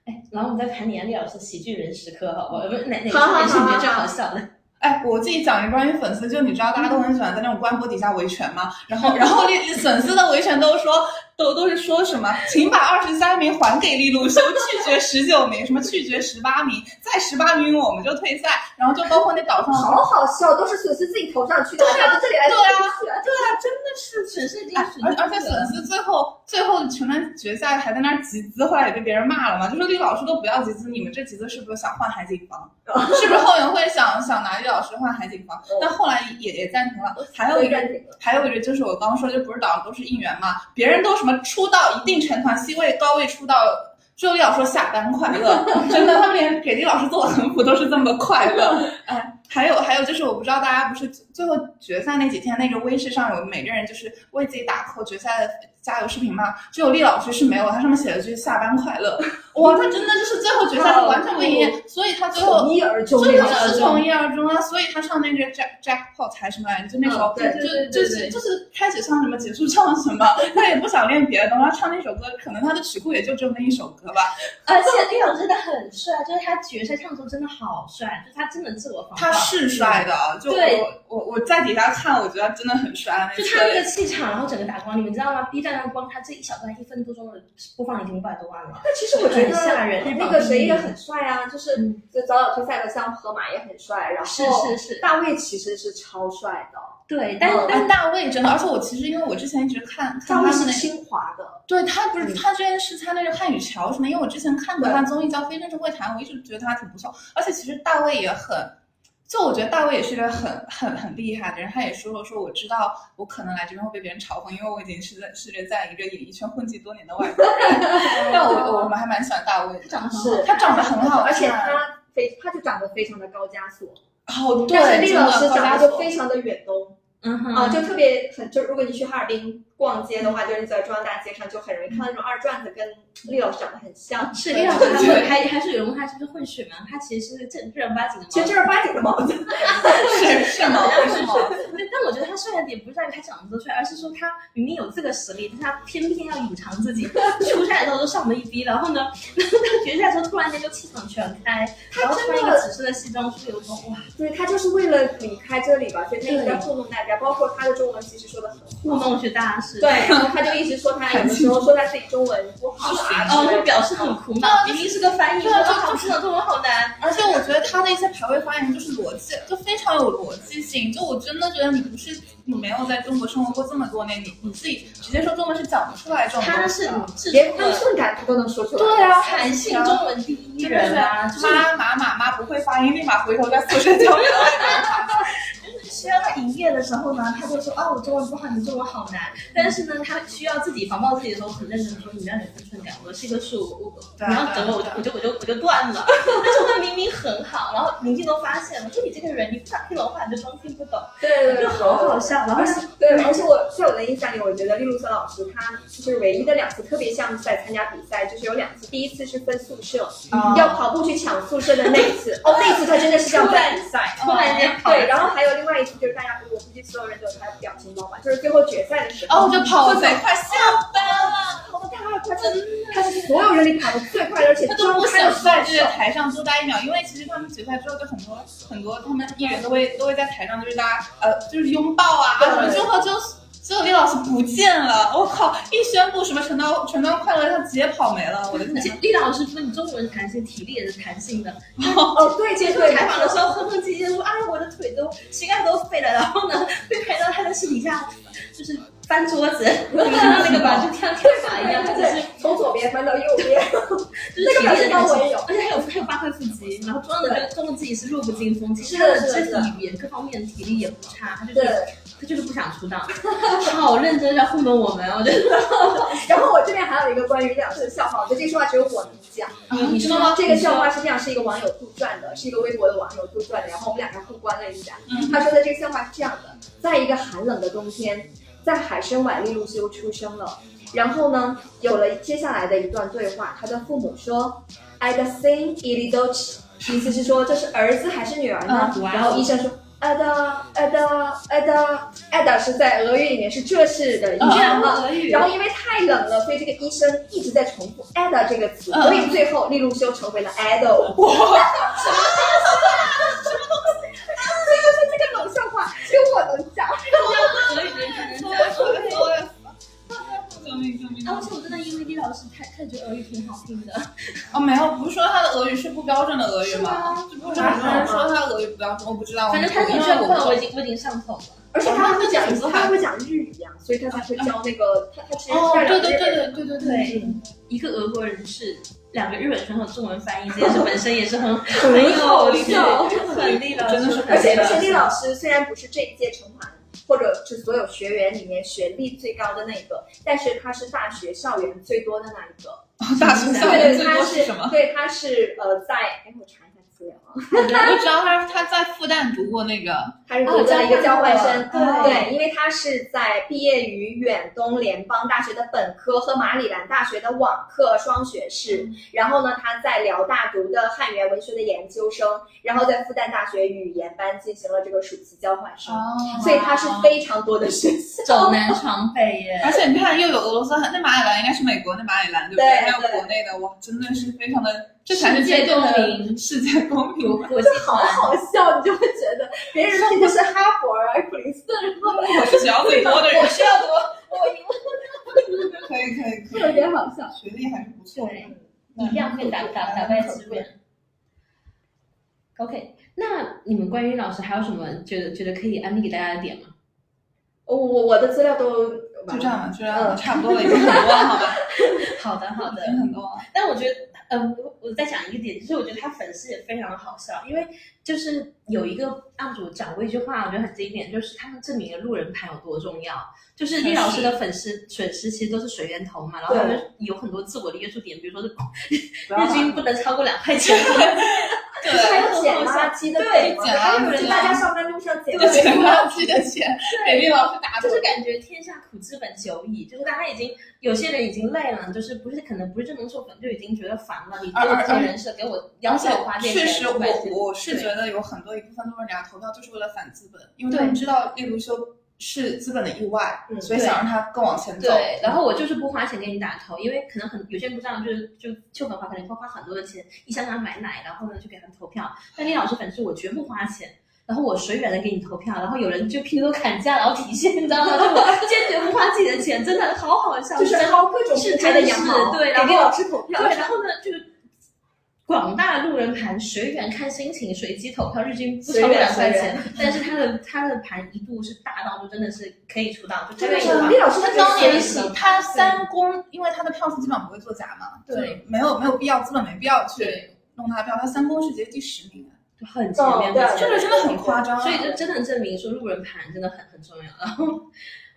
Speaker 1: 哎，然后我们再谈年丽老师喜剧人时刻，好不好？不是哪哪
Speaker 3: 好好
Speaker 1: 个也是你觉
Speaker 3: 好
Speaker 1: 得最
Speaker 3: 好
Speaker 1: 好笑的？
Speaker 2: 哎，我自己讲一个关于粉丝，就你知道大家都很喜欢在那种官博底下维权嘛，然后然后那粉丝的维权都说都都是说什么，请把二十三名还给利路修，拒绝十九名，什么拒绝十八名，再十八名我们就退赛，然后就包括那岛上
Speaker 3: 好好笑，都是损失自己头上去的，还到这里来
Speaker 2: 对
Speaker 3: 损
Speaker 2: 啊
Speaker 3: 失。
Speaker 2: 对啊，真的是
Speaker 1: 损失已经
Speaker 2: 哎
Speaker 1: 损
Speaker 2: 而
Speaker 1: 失
Speaker 2: 而且
Speaker 1: 了
Speaker 2: 粉丝最后最后成了决赛，还在那儿集资，后来也被别人骂了嘛，就说李老师都不要集资，你们这集资是不是想换海景房？是不是后援会想想拿李老师换海景房？但后来也也暂停了。还有一个
Speaker 3: 暂停了
Speaker 2: 还有一个就是我刚刚说，就不是岛上都是应援嘛，别人都什么出道一定成团，C 位高位出道。只有 (laughs) 李老师说下班快乐，真的，他们连给李老师做横幅都是这么快乐。哎，还有还有就是，我不知道大家不是最后决赛那几天，那个微视上有每个人就是为自己打 call 决赛的加油视频嘛，只有厉老师是没有，他上面写了句“下班快乐”。 (laughs) 哦哇，他真的就是最后决赛他完全不一样，所以他最后
Speaker 3: 从一而终，
Speaker 2: 真的是从一而终啊！所以他上那个 Jack Jackpot 还是什么来着？就那首，
Speaker 3: 嗯对
Speaker 1: 对对
Speaker 2: 就
Speaker 1: 对
Speaker 2: 是
Speaker 1: 对
Speaker 2: 就是开始唱什么，结束唱什么，他也不想练别的东西，他唱那首歌，可能他的曲库也就只有那一首歌吧。
Speaker 1: 而且李老师真的很帅，就是他决赛唱的时候真的好帅，就是他真的自我防
Speaker 2: 他
Speaker 1: 范，
Speaker 2: 是帅的，啊就
Speaker 1: 对
Speaker 2: 我我我在底下看，我觉得真的很帅。
Speaker 1: 就他那个气场，然后整个打光，你们知道吗？B 站上光他这一小段一分多钟的播放已经五百多万了，
Speaker 3: 那其实我觉得
Speaker 1: 很吓人
Speaker 3: 嗯那个谁也很帅啊，就是
Speaker 1: 嗯
Speaker 3: 就早早退赛的，像河马也很帅，然后
Speaker 1: 是是是，
Speaker 3: 大卫其实是超帅的，
Speaker 1: 对，但
Speaker 3: 嗯
Speaker 1: 但
Speaker 2: 但大卫真的，而且我其实因为我之前一直看看
Speaker 3: 大
Speaker 2: 他
Speaker 3: 卫
Speaker 2: 们
Speaker 3: 是
Speaker 2: 那
Speaker 3: 清华的，
Speaker 2: 对他不是
Speaker 3: 嗯
Speaker 2: 他之前是参那个汉语桥什么，因为我之前看过
Speaker 3: 对
Speaker 2: 他综艺叫《非正式会谈》，我一直觉得他挺不错，而且其实大卫也很，就我觉得大卫也是一个很很很厉害的人，他也说过说我知道我可能来这边会被别人嘲讽，因为我已经是在是个在一个演艺圈混迹多年的外 (laughs) 国人，但我我们还蛮喜欢大卫的，
Speaker 1: 长得很好
Speaker 3: 哦是
Speaker 2: 他长得很好啊看，
Speaker 3: 而且他非他就长得非常的高加索，
Speaker 2: 哦对，
Speaker 3: 但是厉老师
Speaker 2: 真的
Speaker 3: 长
Speaker 2: 高
Speaker 3: 得
Speaker 2: 加
Speaker 3: 就
Speaker 2: 索
Speaker 3: 非常的远东
Speaker 1: 嗯哼
Speaker 3: 啊，就特别很就如果你去哈尔滨逛街的话，就是在中央大街上就很容易看到那种二转子跟厉老师长得很像，
Speaker 1: 是
Speaker 2: 对
Speaker 1: 李老师他
Speaker 2: 对对
Speaker 1: 会还还是有人问他是不是混血嘛，他其实是正正儿八经的
Speaker 3: 其
Speaker 1: 毛
Speaker 3: 实正儿八经的毛子， (laughs)
Speaker 2: 是是
Speaker 1: (laughs)
Speaker 2: 吗？是吗？
Speaker 1: 对，但我觉得他帅的点不是在于他长得多帅，而是说他明明有这个实力，但是他偏偏要隐藏自己。初赛的时候都上了一逼，然后呢， (laughs) 到决赛的时候突然间就气场全开，然后穿一个紫色的西装出游，说哇，
Speaker 3: 对他就是为了离开这里吧，所以他一直在
Speaker 1: 对
Speaker 3: 糊弄大家，包括他的中文其实说的很好。
Speaker 1: 糊弄学大师，
Speaker 3: 对，，然后他就一直说他有的时候说他自己中文不好啊，
Speaker 1: (laughs) 哦，就表示很苦恼，明明是个翻译，
Speaker 2: 对
Speaker 1: 说
Speaker 2: 啊
Speaker 1: 啊，
Speaker 2: 就
Speaker 1: 好
Speaker 2: 是
Speaker 1: 知道中文好难，
Speaker 2: 而且我觉得他的一些排位发言就是逻辑，就非常有逻辑性。就我真的觉得你不是你没有在中国生活过这么多年，你你自己直接说中文是讲不出来这种
Speaker 1: 他
Speaker 2: 东西
Speaker 1: 是
Speaker 2: 的。
Speaker 1: 制
Speaker 3: 连
Speaker 1: 作
Speaker 3: 他的
Speaker 1: 的
Speaker 3: 顺感他都能说出来。
Speaker 2: 对啊，
Speaker 1: 韩信中文第一
Speaker 2: 真
Speaker 1: 人啊，
Speaker 2: 的
Speaker 1: 就是是
Speaker 2: 妈妈妈妈不会发音，立马回头在宿舍教育。
Speaker 1: 需要他营业的时候呢，他就说啊，我中文不好，你中文好难。但是呢，他需要自己防爆自己的时候，很认真的说，你让你分寸感，我是一个树，我我
Speaker 2: 对
Speaker 1: 你要等我，我就我就我就我就断了。但是他明明很好，然后林静都发现了，说你这个人，你不讲黑龙话你就装听不懂，
Speaker 3: 对对
Speaker 1: 就
Speaker 3: 对，
Speaker 1: 好好笑。然后
Speaker 3: 而且对，而且我在我的印象里，我觉得利路森老师他就是唯一的两次特别像在参加比赛，就是有两次，第一次是分宿舍，要跑步去抢宿舍的那一次，哦，那一次他真的是像在比赛，
Speaker 1: 突然间跑，
Speaker 3: 对，然后还有另外一次就是大家，我估计所有人都有他的表情包吧，就是最后决赛的时候，哦
Speaker 2: 哦，我就跑得贼快，下班了，
Speaker 3: 跑得太快，他是他是所有人里跑得最快的，而且
Speaker 2: 他都
Speaker 3: 张
Speaker 2: 不
Speaker 3: 开
Speaker 2: 想
Speaker 3: 了
Speaker 2: 在
Speaker 3: 双
Speaker 2: 这
Speaker 3: 手
Speaker 2: 个。台上多待一秒，因为其实他们决赛之后就很多很多，他们艺人都会都会在台上就是大家呃就是拥抱啊
Speaker 3: 对
Speaker 2: 什么，最后就只有李老师不见了，我靠！一宣布什么陈刀陈刀快乐，他直接跑没了，我的 (laughs)
Speaker 1: 而
Speaker 2: 天
Speaker 1: 且
Speaker 2: 呐！
Speaker 1: 丽老师说你中文弹性，体力也是弹性的。
Speaker 3: 哦，对，
Speaker 1: 接
Speaker 3: 对
Speaker 1: 受 (laughs)
Speaker 3: 对，
Speaker 1: 采访的时候，哼哼唧唧地说啊，我的腿都膝盖都废了，然后呢被拍到他在私底下就是翻桌子， (laughs) 你们看到那个吧，就像跳马一样，
Speaker 3: 对
Speaker 1: 真
Speaker 3: 对
Speaker 1: 的是
Speaker 3: 对，
Speaker 1: (laughs)
Speaker 3: 从左边翻到右边，
Speaker 1: 就是体力的
Speaker 3: 那个表情包我也有
Speaker 1: 而且还有还有八块腹肌，然后装的装的自己是弱不禁风，其实他的肢体语言各方面的体力也不差，他就是
Speaker 3: 对。
Speaker 1: 他就是不想出道， (laughs) 好认真地在糊弄我们，我觉得
Speaker 3: 然后我这边还有一个关于两次的笑话，我觉得这句话只有我能讲。
Speaker 1: 嗯
Speaker 2: 你知道吗？
Speaker 3: 这个笑话是这样，是一个网友杜撰的，是一个微博的网友杜撰的，然后我们两个互关了一下。
Speaker 2: 嗯
Speaker 3: 他说的这个笑话是这样的：在一个寒冷的冬天，在海参崴利路修出生了。然后呢，有了接下来的一段对话，他的父母说：“I got sing i d o c 意思是说这是儿子还是女儿呢？
Speaker 1: 嗯哇哦
Speaker 3: 然后医生说。a d a a d a a d a a d a 是在俄语里面是这是的意思
Speaker 1: 居然会
Speaker 3: 啊，
Speaker 1: 俄语
Speaker 3: 然，后因为太冷了，所以这个医生一直在重复 “ada” 这个词，
Speaker 2: 嗯
Speaker 3: 所以最后利路修成为了 “ado”。
Speaker 2: 哇，
Speaker 3: (laughs) 这个冷笑话只有我能讲。
Speaker 1: 俄语人才能
Speaker 2: 我
Speaker 1: 讲。
Speaker 2: 的我的我的，救命救命！
Speaker 1: 啊而且我真的因为李老师太太觉得俄语挺好听的，
Speaker 2: 哦，没有，不是说他的俄语是不标准的俄语吗？就不是很多人说他俄语不标准，我不知道。
Speaker 1: 反正他那
Speaker 2: 因为
Speaker 1: 个这部
Speaker 2: 我不
Speaker 1: 分
Speaker 2: 懂
Speaker 1: 我已经我已经上头了。
Speaker 3: 而且他还会讲
Speaker 2: 哦那这个，很
Speaker 3: 他还会讲日语呀、所以他才会教那个他他其实
Speaker 2: 哦，
Speaker 3: 带
Speaker 2: 对
Speaker 3: 两个
Speaker 2: 对
Speaker 3: 日
Speaker 2: 对
Speaker 3: 本人。
Speaker 2: 对对对
Speaker 1: 对，一个俄国人是两个日本选手中文翻译，这件事本身也是很很
Speaker 3: 好
Speaker 1: 有趣
Speaker 3: 笑，
Speaker 1: 很利落，
Speaker 2: 真的是
Speaker 3: 而且
Speaker 2: 对
Speaker 3: 而且厉老师虽然不是这一届成团，或者是所有学员里面学历最高的那个，但是他是大学校园最多的那一个。
Speaker 2: 大学校园
Speaker 3: 对，
Speaker 2: 最
Speaker 3: 他
Speaker 2: 多是
Speaker 3: 是
Speaker 2: (laughs) 什么？
Speaker 3: 对，他是呃，在哎，我查一下资料啊。
Speaker 2: 我知道他他在复旦读过那个，
Speaker 3: 他是读的一个交换生，
Speaker 1: 哦
Speaker 3: 对，因为他是在毕业于远东联邦大学的本科和马里兰大学的网课双学士，然后呢，他在辽大读的汉语言文学的研究生，然后在复旦大学语言班进行了这个暑期交换生，所以他是
Speaker 2: 哦
Speaker 3: 非常多的学
Speaker 1: 走
Speaker 3: 校。
Speaker 1: 南闯北耶。
Speaker 2: 而且你看，又有俄罗斯，那马里兰应该是美国，那马里兰对不
Speaker 3: 对
Speaker 2: 还有
Speaker 3: 对
Speaker 2: 国内的，哇，真的是非常的，这才是
Speaker 1: 世界
Speaker 2: 真正的
Speaker 1: 公民
Speaker 2: 世界公民。
Speaker 1: 国国际
Speaker 3: 这好 (laughs) 好笑，你就会觉得别人去的是哈佛啊、普林斯顿，然后
Speaker 2: 我是学校最多的人
Speaker 3: 我，需要读，我一问
Speaker 2: 可以可以可
Speaker 3: 特
Speaker 2: 以，
Speaker 3: 别好笑。
Speaker 2: 学历还是不错的。
Speaker 1: 对，一样可以打打打败志愿。OK，那你们关于老师还有什么觉得觉得可以安利给大家的点吗？
Speaker 3: 我我我的资料都完
Speaker 2: 就
Speaker 3: 了
Speaker 2: 这样吧，就这样吧，差不多了，已经很多了，好吧，
Speaker 1: 好的，好
Speaker 2: 已
Speaker 1: 的。
Speaker 2: 经很多了。
Speaker 1: 但我觉得，呃，我我再讲一个点，就是我觉得他粉丝也非常好笑，因为就是有一个 UP 主讲过一句话，我觉得很经典，就是他们证明了路人盘有多重要。就是厉老师的粉丝损失其实都是水源头嘛，然后他们有很多自我的约束点，比如说
Speaker 2: (laughs)
Speaker 1: 是日均不能超过两块钱，
Speaker 3: 不是还
Speaker 2: 对，
Speaker 3: 有捡垃圾的鬼
Speaker 2: 对
Speaker 3: 吗？
Speaker 2: 捡垃圾
Speaker 3: 还有人大家上班路上捡
Speaker 2: 就
Speaker 3: 垃
Speaker 2: 全
Speaker 3: 圾，
Speaker 2: 靠自己的钱给厉老师打赌
Speaker 1: 就。是感觉天下苦之本久矣，就是大家已经有些人已经累了，就是不是可能不是这门授粉就已经觉得烦了，你
Speaker 2: 啊
Speaker 1: 给我这些人设，给我要
Speaker 2: 而
Speaker 1: 求
Speaker 2: 且
Speaker 1: 我花这
Speaker 2: 啊确实，
Speaker 1: 些五百
Speaker 2: 我
Speaker 1: 钱，
Speaker 2: 我是觉得有很多一部分路人甲投票就是为了反资本，因为他们知道例如说是资本的意外，
Speaker 3: 嗯
Speaker 2: 所以想让他更往前走。
Speaker 1: 对，然后我就是不花钱给你打头，因为可能很有些人不知道，就是就旧粉花可能会花很多的钱，一箱箱买奶，然后呢去给他们投票。但李老师粉丝我绝不花钱，然后我随缘的给你投票，然后有人就拼多多砍价然后提现，你知道吗？就我坚决不花自己的钱，真的好好笑，
Speaker 3: 就是
Speaker 1: 真的
Speaker 3: 薅各种平台的羊
Speaker 1: 是
Speaker 3: 毛，
Speaker 1: 对
Speaker 3: 给
Speaker 1: 然后
Speaker 3: 老师投票。
Speaker 1: 对，然后呢，就是广大路人盘随缘看心情，随机投票，日均不超过两块钱。但是他的他的盘一度是大到就真的是可以出道，就真
Speaker 3: 真的
Speaker 1: 的
Speaker 3: 是
Speaker 1: 有啊
Speaker 3: 李老师
Speaker 2: 他
Speaker 3: 这个
Speaker 2: 当
Speaker 3: 人
Speaker 2: 年
Speaker 3: 是
Speaker 2: 是他三公，因为他的票数基本上不会作假嘛，
Speaker 1: 对，
Speaker 2: 没有没有必要，资本没必要去弄他的票，他三公是直接第十名，啊
Speaker 1: 就很前面，
Speaker 3: 对
Speaker 1: 很前
Speaker 2: 这
Speaker 1: 面
Speaker 2: 个真的很夸张啊。
Speaker 1: 所以就真的证明说路人盘真的很很重要， (laughs) 然后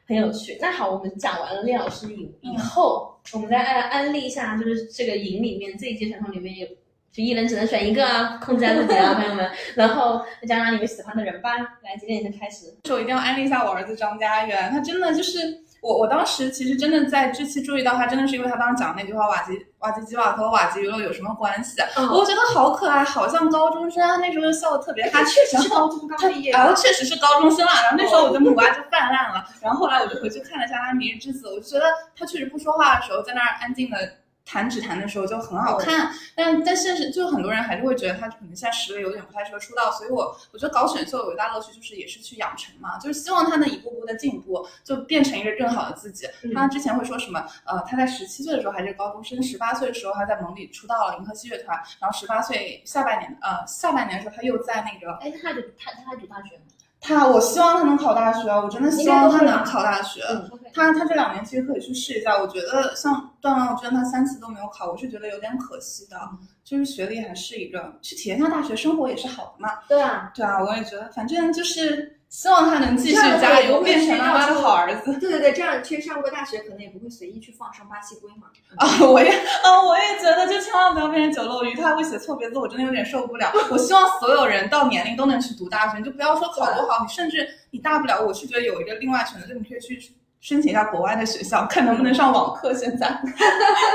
Speaker 1: 很有趣。那好，我们讲完了廖老师以以后，我们再安安利一下，就是这个营里面这一届传统里面有。就一人只能选一个啊，控制一下自己啊，朋 (laughs) 友们。然后再加上你们喜欢的人吧。来，今天你先开始。
Speaker 2: 这我一定要安利一下我儿子张家源，他真的就是我，我当时其实真的在这期注意到他，真的是因为他当时讲的那句话“瓦吉瓦吉吉瓦和瓦吉娱乐有什么关系”，啊
Speaker 3: 嗯
Speaker 2: 我觉得好可爱，好像高中生啊，那时候就笑的特别
Speaker 3: 他
Speaker 2: 哈。
Speaker 3: 确实是高中刚
Speaker 2: 他
Speaker 3: 毕业，哦
Speaker 2: 然后确实是高中生啊，然后那时候我的母爱就泛滥了，然后后来我就回去看了一下他《明日之子》，我就觉得他确实不说话的时候，在那儿安静的弹指弹的时候就很好看，但但现实就很多人还是会觉得他可能现在实力有点不太适合出道，所以我我觉得搞选秀有一大乐趣就是也是去养成嘛，就是希望他能一步步的进步，就变成一个更好的自己。
Speaker 3: 嗯
Speaker 2: 他之前会说什么？呃，他在十七岁的时候还是高中生，十八岁的时候他在蒙里出道了银河系乐团，然后十八岁下半年呃下半年的时候他又在那个
Speaker 1: 哎，他读他他读大学吗？
Speaker 2: 他，我希望他能考大学啊！我真的希望他能考大学。
Speaker 1: 嗯，OK。
Speaker 2: 呃他他这两年其实可以去试一下，我觉得像段奥娟他三次都没有考，我是觉得有点可惜的。就是学历还是一个，去体验一下大学生活也是好的嘛。
Speaker 3: 对啊，
Speaker 2: 对啊，我也觉得，反正就是希望他能继续
Speaker 3: 这样的话
Speaker 2: 加
Speaker 3: 也不
Speaker 2: 油，
Speaker 3: 会
Speaker 2: 变成
Speaker 3: 去
Speaker 2: 妈妈
Speaker 3: 到
Speaker 2: 的
Speaker 3: 处
Speaker 2: 好儿子
Speaker 3: 对对对，这样去上过大学，可能也不会随意去放上巴西龟嘛。
Speaker 2: (laughs) 啊！我也啊，我也觉得，就千万不要变成九漏鱼，他会写错别字，我真的有点受不了。我希望所有人到年龄都能去读大学，你就不要说考不好，你甚至你大不了，我是觉得有一个另外选择，就是你可以去申请一下国外的学校，看能不能上网课。现在 (laughs)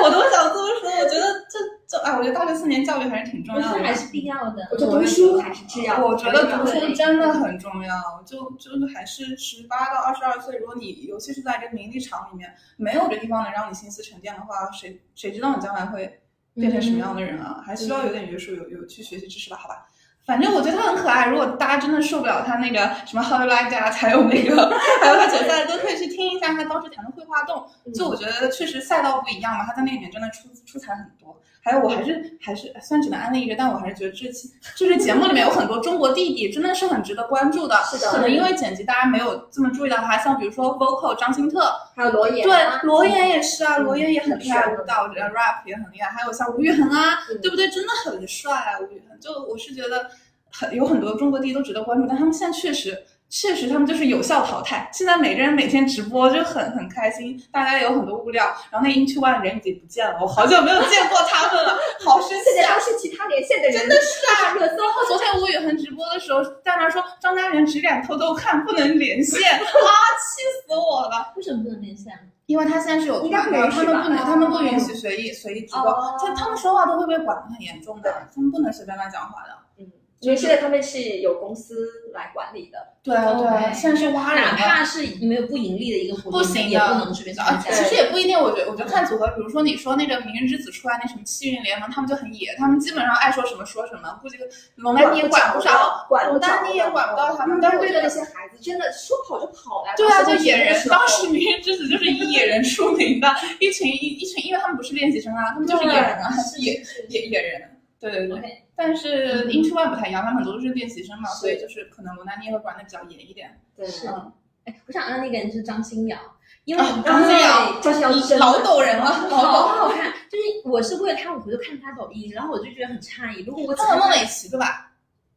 Speaker 2: 我都想这么说，我觉得这这哎，我觉得大学四年教育还是挺重
Speaker 1: 我觉
Speaker 2: 要的
Speaker 1: 得。还是必要的。嗯
Speaker 3: 我觉得读书还是这样，
Speaker 2: 我觉得读
Speaker 1: 对
Speaker 2: 书真的很重要，就就是还是十八到二十二岁，如果你尤其是在这名利场里面，没有这地方能让你心思沉淀的话，谁谁知道你将来会变成什么样的人
Speaker 3: 嗯
Speaker 2: 啊？还需要有点约束，有有去学习知识吧，好吧。反正我觉得他很可爱，如果大家真的受不了他那个什么 How You Like That，还有那个还有他决赛都可以去听一下他当时弹的《绘画动》，
Speaker 3: 嗯
Speaker 2: 就我觉得确实赛道不一样嘛，他在那里面真的出出彩很多。还有我还是还是虽然只能安利一个，但我还是觉得这期就是节目里面有很多中国弟弟，真的是很值得关注的。
Speaker 3: 是的
Speaker 2: 可能因为剪辑大家没有这么注意到他，像比如说 vocal 张新特，
Speaker 3: 还有罗岩
Speaker 2: 对
Speaker 3: 啊，
Speaker 2: 罗岩也是啊，
Speaker 3: 嗯
Speaker 2: 罗岩也很厉害，
Speaker 3: 很帅
Speaker 2: 舞蹈呃 rap 也很厉害，还有像吴宇恒啊，
Speaker 3: 嗯
Speaker 2: 对不对？真的很帅啊，吴宇恒。就我是觉得很有很多中国弟都值得关注，但他们现在确实。确实，他们就是有效淘汰。现在每个人每天直播就很很开心，大家有很多物料，然后那 Into One 人已经不见了，我好久没有见过他们了，好生
Speaker 3: 现
Speaker 2: 气
Speaker 3: 在
Speaker 2: 啊！
Speaker 3: (laughs) 都是其他连线的人，
Speaker 2: 真的是啊，
Speaker 3: 热搜。
Speaker 2: 然后昨天吴宇恒直播的时候，在那说张嘉元只敢偷偷看，不能连线，啊，气死我了！
Speaker 1: 为什么不能连线？啊
Speaker 2: 因为他现在是有
Speaker 3: 应该
Speaker 2: 他
Speaker 3: 不
Speaker 2: 们
Speaker 3: 允许吧
Speaker 2: 不能，他们不允许随意随意直播
Speaker 3: 哦，
Speaker 2: 他他们说话都会被管得很严重的，他们不能随便乱讲话的。
Speaker 3: 嗯，因为现在他们是有公司来管理的，
Speaker 2: 对啊对啊，
Speaker 1: OK
Speaker 2: 现在是挖人
Speaker 1: 哪
Speaker 2: 的。
Speaker 1: 怕是没有不盈利的一个活动，
Speaker 2: 不行的
Speaker 1: 也不能随便参
Speaker 2: 啊，
Speaker 1: 加。
Speaker 2: 其实也不一定，我觉得我觉得看组合，比如说你说那个明日之子出来那什么七云联盟，他们就很野，他们基本上爱说什么说什么，估计龙丹妮也管不着，
Speaker 3: 着，管不
Speaker 2: 龙
Speaker 3: 着
Speaker 2: 丹妮也管不到他们。但
Speaker 3: 但
Speaker 2: 是
Speaker 3: 是
Speaker 2: 我
Speaker 3: 对
Speaker 2: 觉
Speaker 3: 的那
Speaker 2: 得，
Speaker 3: 些孩子，真的说跑就跑了。
Speaker 2: 对啊，就野
Speaker 3: 演
Speaker 2: 人，当时明日之子就是以野人出名的一群一一群，因为他们不是练习生啊，他们就是野人啊，
Speaker 1: 是
Speaker 2: 野野野人。对对对，
Speaker 1: OK，嗯
Speaker 2: 但是 Into One 不太一样，他们很多都是练习生嘛，
Speaker 3: 是
Speaker 2: 所以就是可能龙丹妮会管的比较严一点。
Speaker 3: 对，
Speaker 1: 是
Speaker 2: 嗯，
Speaker 1: 哎，我想让那个人是张欣瑶，因为
Speaker 2: 啊
Speaker 1: 刚
Speaker 2: 张
Speaker 1: 才
Speaker 2: 欣瑶
Speaker 3: 就是要
Speaker 2: 你老抖人了，老
Speaker 1: 好
Speaker 2: 抖。
Speaker 1: 好看，就是我是为了他，我回头看他抖音，然后我就觉得很诧异。如果我只
Speaker 2: 他和
Speaker 1: 看
Speaker 2: 孟美岐对吧？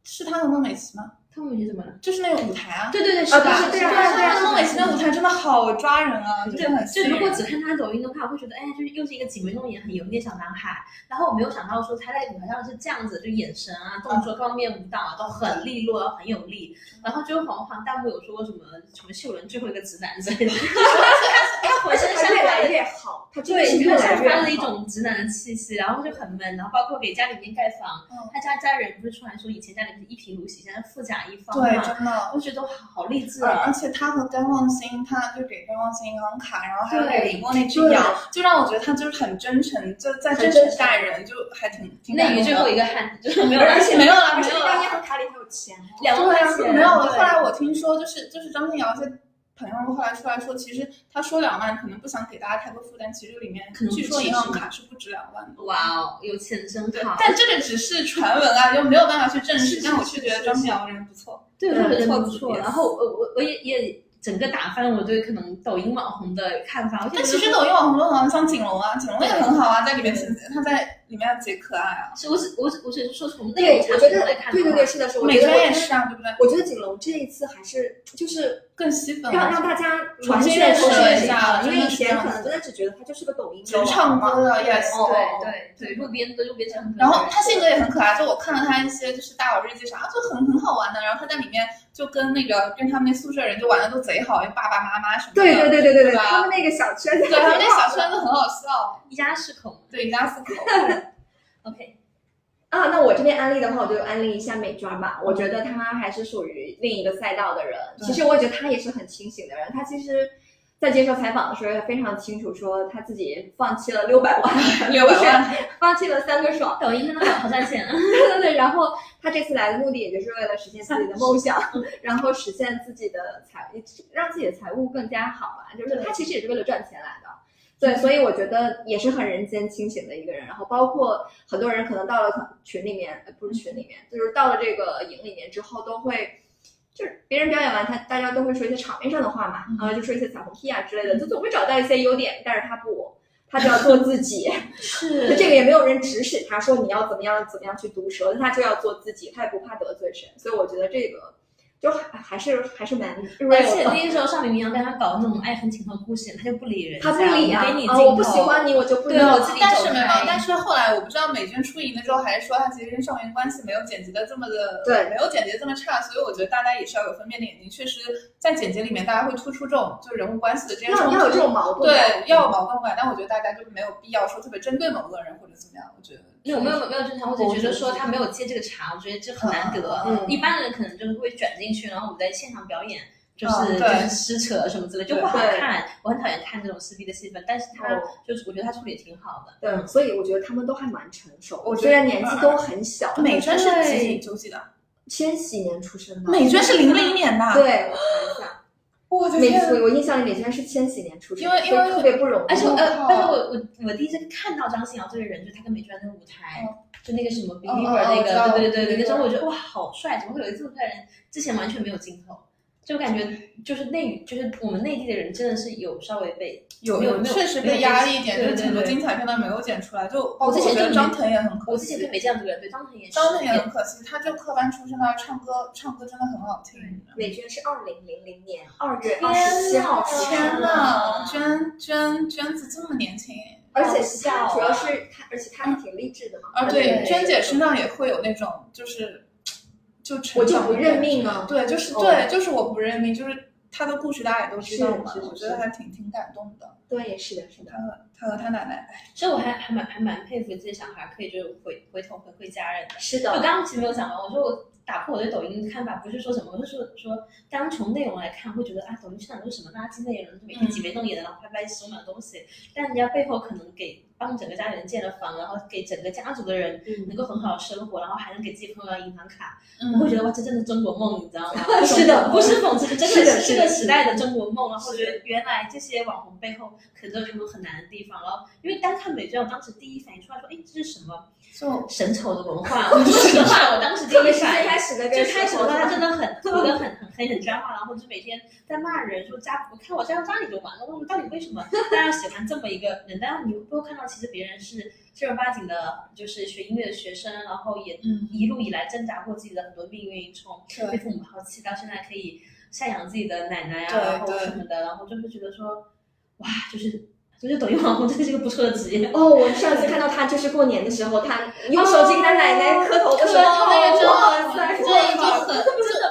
Speaker 2: 是他和孟美岐吗？
Speaker 1: 他们怎么了？
Speaker 2: 就是那个舞台啊，
Speaker 1: 对对对，是
Speaker 3: 啊
Speaker 1: 的，
Speaker 3: 对
Speaker 1: 是
Speaker 3: 对啊
Speaker 1: 的
Speaker 3: 对啊
Speaker 1: 是
Speaker 3: 对啊
Speaker 1: 的
Speaker 2: 那孟美岐的舞台真的好抓人啊，
Speaker 1: 对
Speaker 2: 真的很吸
Speaker 1: 就
Speaker 2: 引人
Speaker 1: 如果只看他抖音的话，我会觉得，哎，就是又是一个挤眉弄眼、很油腻的小男孩。然后我没有想到说他在舞台上是这样子，就眼神啊、动作、各方面舞蹈啊都很利落、很有力。然后就好像弹幕有说什么什么秀人最后一个直男之类的，他
Speaker 3: (laughs) 而
Speaker 1: 浑
Speaker 3: 且
Speaker 1: 身
Speaker 3: 他
Speaker 1: 散
Speaker 3: 越
Speaker 1: 发
Speaker 3: 来
Speaker 1: 了
Speaker 3: 越好，他真的是
Speaker 1: 对，
Speaker 3: 越
Speaker 1: 他
Speaker 3: 来
Speaker 1: 散
Speaker 3: 越
Speaker 1: 发了一
Speaker 3: 好。
Speaker 1: 种直男的气息，然后就很闷，然后包括给家里面盖房，
Speaker 2: 嗯
Speaker 1: 他家家人不是出来说以前家里面是一贫如洗，现在富甲一方
Speaker 2: 对，嗯
Speaker 1: 嘛，
Speaker 2: 真的。
Speaker 1: 我觉得好励志
Speaker 2: 而
Speaker 1: 啊
Speaker 2: 而！且他和甘望星，他就给甘望星银行卡，然后还有
Speaker 1: 对
Speaker 2: 给李默那只
Speaker 3: 对
Speaker 2: 羊，就让我觉得他就是很真诚，就在
Speaker 3: 很
Speaker 2: 真诚
Speaker 3: 真诚
Speaker 2: 待人，就还挺挺
Speaker 1: 内
Speaker 2: 感
Speaker 1: 娱
Speaker 2: 动
Speaker 1: 最
Speaker 2: 的
Speaker 1: 后一个汉子就是没有
Speaker 2: 而
Speaker 1: 人
Speaker 2: 且没有了，
Speaker 3: 而
Speaker 2: 没
Speaker 3: 且
Speaker 2: 有
Speaker 3: 张
Speaker 2: 了
Speaker 3: 家。和卡里很有钱，哦
Speaker 1: 两万块钱，
Speaker 2: 没有了。后
Speaker 1: 对
Speaker 2: 来我听说，就是就是张信尧一些朋友后来出来说，其实他说两万，可能不想给大家太多负担，其实里面
Speaker 1: 可能不
Speaker 2: 据说
Speaker 1: 止
Speaker 2: 银行
Speaker 1: 是吗
Speaker 2: 卡是不止两万的。
Speaker 1: 哇哦，有钱真
Speaker 2: 对
Speaker 1: 好，。
Speaker 2: 但这个只是传闻啊，就没有办法去证
Speaker 1: 是
Speaker 2: 实
Speaker 1: 是。
Speaker 2: 但我却觉得张信尧人不错，
Speaker 1: 对，
Speaker 3: 对
Speaker 1: 我觉得
Speaker 2: 错
Speaker 1: 不
Speaker 2: 字
Speaker 1: 错。
Speaker 2: 典
Speaker 1: 然后我我我也也整个打翻了我对可能抖音网红的看法。我就
Speaker 2: 但
Speaker 1: 觉
Speaker 2: 其
Speaker 1: 得
Speaker 2: 实抖音网红都很好，像景龙啊，景龙也很好啊，在里面
Speaker 1: 对
Speaker 2: 他在里面贼可爱啊，
Speaker 1: 是我只我只我只是说从
Speaker 3: 对
Speaker 1: 内，
Speaker 3: 我
Speaker 1: 涵
Speaker 3: 觉
Speaker 1: 上
Speaker 3: 得
Speaker 1: 来看的
Speaker 3: 对对
Speaker 1: 话
Speaker 3: 对，是的，是的，我
Speaker 2: 美
Speaker 3: 觉得
Speaker 2: 团也
Speaker 3: 我
Speaker 2: 是啊，对不对？
Speaker 3: 我觉得景龙这一次还是就是
Speaker 2: 更吸粉
Speaker 3: 让
Speaker 2: 了。
Speaker 3: 让大家
Speaker 2: 嗯重
Speaker 3: 完
Speaker 2: 新
Speaker 3: 全
Speaker 2: 认识
Speaker 3: 投入
Speaker 2: 了一
Speaker 3: 进去
Speaker 2: 下
Speaker 3: 了因为
Speaker 2: 真的
Speaker 3: 以
Speaker 2: 是
Speaker 3: 前
Speaker 2: 这样
Speaker 3: 可
Speaker 2: 子
Speaker 3: 能真的只觉得他就是个抖音
Speaker 2: 只
Speaker 3: 歌
Speaker 2: 唱歌的，yes，
Speaker 3: 哦
Speaker 1: 对对对，路边的路边唱歌。
Speaker 2: 然后他性格也很可爱，就我看了他一些就是大佬日记啥，就很很好玩的。然后他在里面就跟那个跟他们那宿舍人就玩的都贼好，就爸爸妈妈什么的。
Speaker 3: 对哦对对对对
Speaker 2: 对
Speaker 3: 对，
Speaker 2: 吧
Speaker 3: 他们那个小圈子，
Speaker 2: 对，他们那小圈子很好笑。
Speaker 1: 一家四口嘛。
Speaker 2: 对，一家四
Speaker 3: (laughs)
Speaker 2: 口。
Speaker 1: OK，
Speaker 3: 啊，那我这边安利的话，我就安利一下美妆吧。我觉得她还是属于另一个赛道的人。
Speaker 2: 对
Speaker 3: 其实我也觉得她也是很清醒的人。她其实，在接受采访的时候也非常清楚，说她自己放弃了六
Speaker 2: (laughs)
Speaker 3: 百万，
Speaker 2: 六百万，
Speaker 3: 放弃了三个爽。
Speaker 1: 抖音真的好好赚钱啊！
Speaker 3: 对 (laughs) 对对。然后她这次来的目的，也就是为了实现自己的梦想，然后实现自己的财，让自己的财务更加好吧。就是她其实也是为了赚钱来的。对，所以我觉得也是很人间清醒的一个人。然后包括很多人可能到了群里面，呃，不是群里面，就是到了这个营里面之后，都会就是别人表演完，他大家都会说一些场面上的话嘛，
Speaker 2: 嗯
Speaker 3: 然后就说一些彩虹屁啊之类的，就总会找到一些优点，但是他不。他就要做自己，就是这个也没有人指使他说你要怎么样怎么样去毒舌，他就要做自己，他也不怕得罪谁，所以我觉得这个就还还是还是蛮 real 的。
Speaker 1: 而且那个时候邵明明要跟他搞那种爱恨情仇故事，他就不理人家，
Speaker 3: 他不理啊
Speaker 1: 我给你，镜
Speaker 3: 啊
Speaker 1: 头
Speaker 3: 我不喜。欢你，我就不
Speaker 1: 对
Speaker 3: 理
Speaker 1: 我
Speaker 3: 你
Speaker 1: 自己
Speaker 2: 但是没有
Speaker 1: 走开，
Speaker 2: 但是后来我不知道美娟出营的时候还是说她其实跟少云关系没有剪辑的这么的，
Speaker 3: 对
Speaker 2: 没有剪辑的这么差，所以我觉得大家也是要有分辨的眼睛。确实，在剪辑里面，大家会突出这种就人物关系的这些
Speaker 3: 要
Speaker 2: 冲
Speaker 3: 要有
Speaker 2: 突
Speaker 3: 这。种矛盾感，
Speaker 2: 对，要有矛盾感，但我觉得大家就没有必要说特别针对某个人或者怎么样，我觉得
Speaker 1: 因为我没有没有正常，我只觉得说他没有接这个茬，我觉得这很难得。
Speaker 3: 嗯
Speaker 1: 一般人可能就是会转进去，然后我们在现场表演，就是、
Speaker 3: 啊
Speaker 2: 嗯
Speaker 1: 就
Speaker 2: 对
Speaker 1: 是撕扯什么之类，就不好看。我很讨厌看这种撕逼的戏份，但是他、
Speaker 3: 哦
Speaker 1: 就是我觉得他处理挺好的。
Speaker 3: 对，所以我觉得他们都还蛮成熟的，
Speaker 2: 我觉得
Speaker 3: 虽然年纪都很小。
Speaker 2: 美娟是几
Speaker 1: 对
Speaker 2: 几九几的？
Speaker 3: 千禧年出生的，
Speaker 2: 美娟是零零年的，，
Speaker 3: 对，我查一下，
Speaker 2: 我的
Speaker 3: 美
Speaker 2: 天，
Speaker 3: 我我印象里美娟是千禧年出生
Speaker 2: 因
Speaker 3: 的，
Speaker 2: 为因为
Speaker 3: 所以特别不容易。
Speaker 1: 而且我呃，
Speaker 2: 哇
Speaker 1: 但是我我我第一次看到张信尧这个人，就他跟美娟那个舞台，就那个什么 Believer
Speaker 2: 哦
Speaker 1: 那
Speaker 2: 我知道
Speaker 1: 个，对对对对，
Speaker 2: Believer
Speaker 1: 那时候我觉得哇，好帅，怎么会有一个这么帅的人？之前完全没有镜头，就感觉就是内就是我们内地的人真的是有稍微被
Speaker 2: 有
Speaker 1: 没有没有
Speaker 2: 确实
Speaker 1: 没有
Speaker 2: 被压力一点，
Speaker 1: 对
Speaker 2: 就
Speaker 1: 对
Speaker 2: 是很多
Speaker 1: 对
Speaker 2: 精彩片段没有剪出来，就包
Speaker 1: 我之
Speaker 2: 括
Speaker 1: 前就
Speaker 2: 我觉得
Speaker 1: 没
Speaker 2: 张腾也很可
Speaker 1: 我之前
Speaker 2: 惜
Speaker 1: 就，没见过这个人，对张腾也是
Speaker 2: 张腾也很可惜，他就科班出身的，唱歌唱歌真的很好听。
Speaker 3: 美娟是二零零零年二月
Speaker 1: 天
Speaker 3: 二十七号
Speaker 1: 呐
Speaker 3: 出
Speaker 2: 哦天
Speaker 3: 生
Speaker 1: 呐
Speaker 3: 的，
Speaker 2: 呐，娟娟娟子这么年轻
Speaker 3: 而且是
Speaker 2: 好笑
Speaker 3: 她，
Speaker 2: 啊
Speaker 3: 主要是她，而且她挺励志的嘛。
Speaker 2: 啊！
Speaker 1: 对
Speaker 2: 对，娟姐身上也会有那种就是就成
Speaker 3: 我就
Speaker 2: 长
Speaker 3: 不
Speaker 2: 的
Speaker 3: 认
Speaker 2: 感觉
Speaker 3: 命啊。
Speaker 2: 对，就是
Speaker 3: 哦
Speaker 2: 对，就是我不认命，就是她的故事大家也都知道嘛
Speaker 3: 是是，是
Speaker 2: 我觉得还挺挺感动的。
Speaker 3: 对，是的，是的
Speaker 2: 她。和她和她奶奶，
Speaker 1: 其实我还还蛮还蛮佩服这些小孩，可以就是回回头回馈家人的。
Speaker 3: 是
Speaker 1: 就
Speaker 3: 的，
Speaker 1: 刚刚其实没有讲完，我说我打破我对抖音的看法，不是说什么，我是说说单从内容来看，会觉得啊，抖音上都是什么垃圾内容，每天
Speaker 3: 嗯
Speaker 1: 挤眉弄眼的，然后拍拍十五秒的东西，但人家背后可能给帮整个家人建了房，然后给整个家族的人能
Speaker 3: 嗯，？
Speaker 1: 够很好的生活，然后还能给自己朋友要银行卡，我会
Speaker 2: 嗯，
Speaker 1: 觉得哇，这真的是中国梦，你知道吗
Speaker 3: (laughs) 是的
Speaker 1: (laughs) 不是讽刺，真
Speaker 3: 是的
Speaker 1: 的
Speaker 3: 是
Speaker 1: 是这
Speaker 3: 的
Speaker 1: 个时代的中国梦。然后我
Speaker 3: 是
Speaker 1: 觉
Speaker 3: 的
Speaker 1: 得原来这些网红背后可能都有他们很难的地方。然后因为单看美妆，我当时第一反应出来说，哎，这是什么
Speaker 2: 就
Speaker 1: 神丑的文化？ (laughs) 我说实话，我当时第
Speaker 3: 特别
Speaker 1: 一
Speaker 3: 是
Speaker 1: 反
Speaker 3: 最
Speaker 1: 应。
Speaker 3: 开始那
Speaker 1: 最
Speaker 3: 个
Speaker 1: 开始
Speaker 3: 的
Speaker 1: 的话，他真的很哭得很很很很脏话，然后就每天在骂人，说家我看我这样家里就完了，我到底为什么大家喜欢这么一个人？但是你会看到，其实别人是正儿八经的，就是学音乐的学生，然后也
Speaker 2: 嗯，
Speaker 1: 一路以来挣扎过自己的很多命运，从被
Speaker 2: 对，
Speaker 1: 父母抛弃到现在可以赡养自己的奶奶
Speaker 2: 对
Speaker 1: 啊，然后
Speaker 2: 对
Speaker 1: 什么的，然后就是觉得说，哇，就是就是抖音网红真的是一个不错的职业。
Speaker 3: 哦，我上次看到他就是过年的时候，他用手机跟他奶奶磕头的时候，
Speaker 1: 哦
Speaker 2: 那个真的
Speaker 3: 哇塞，
Speaker 1: 这一就很真的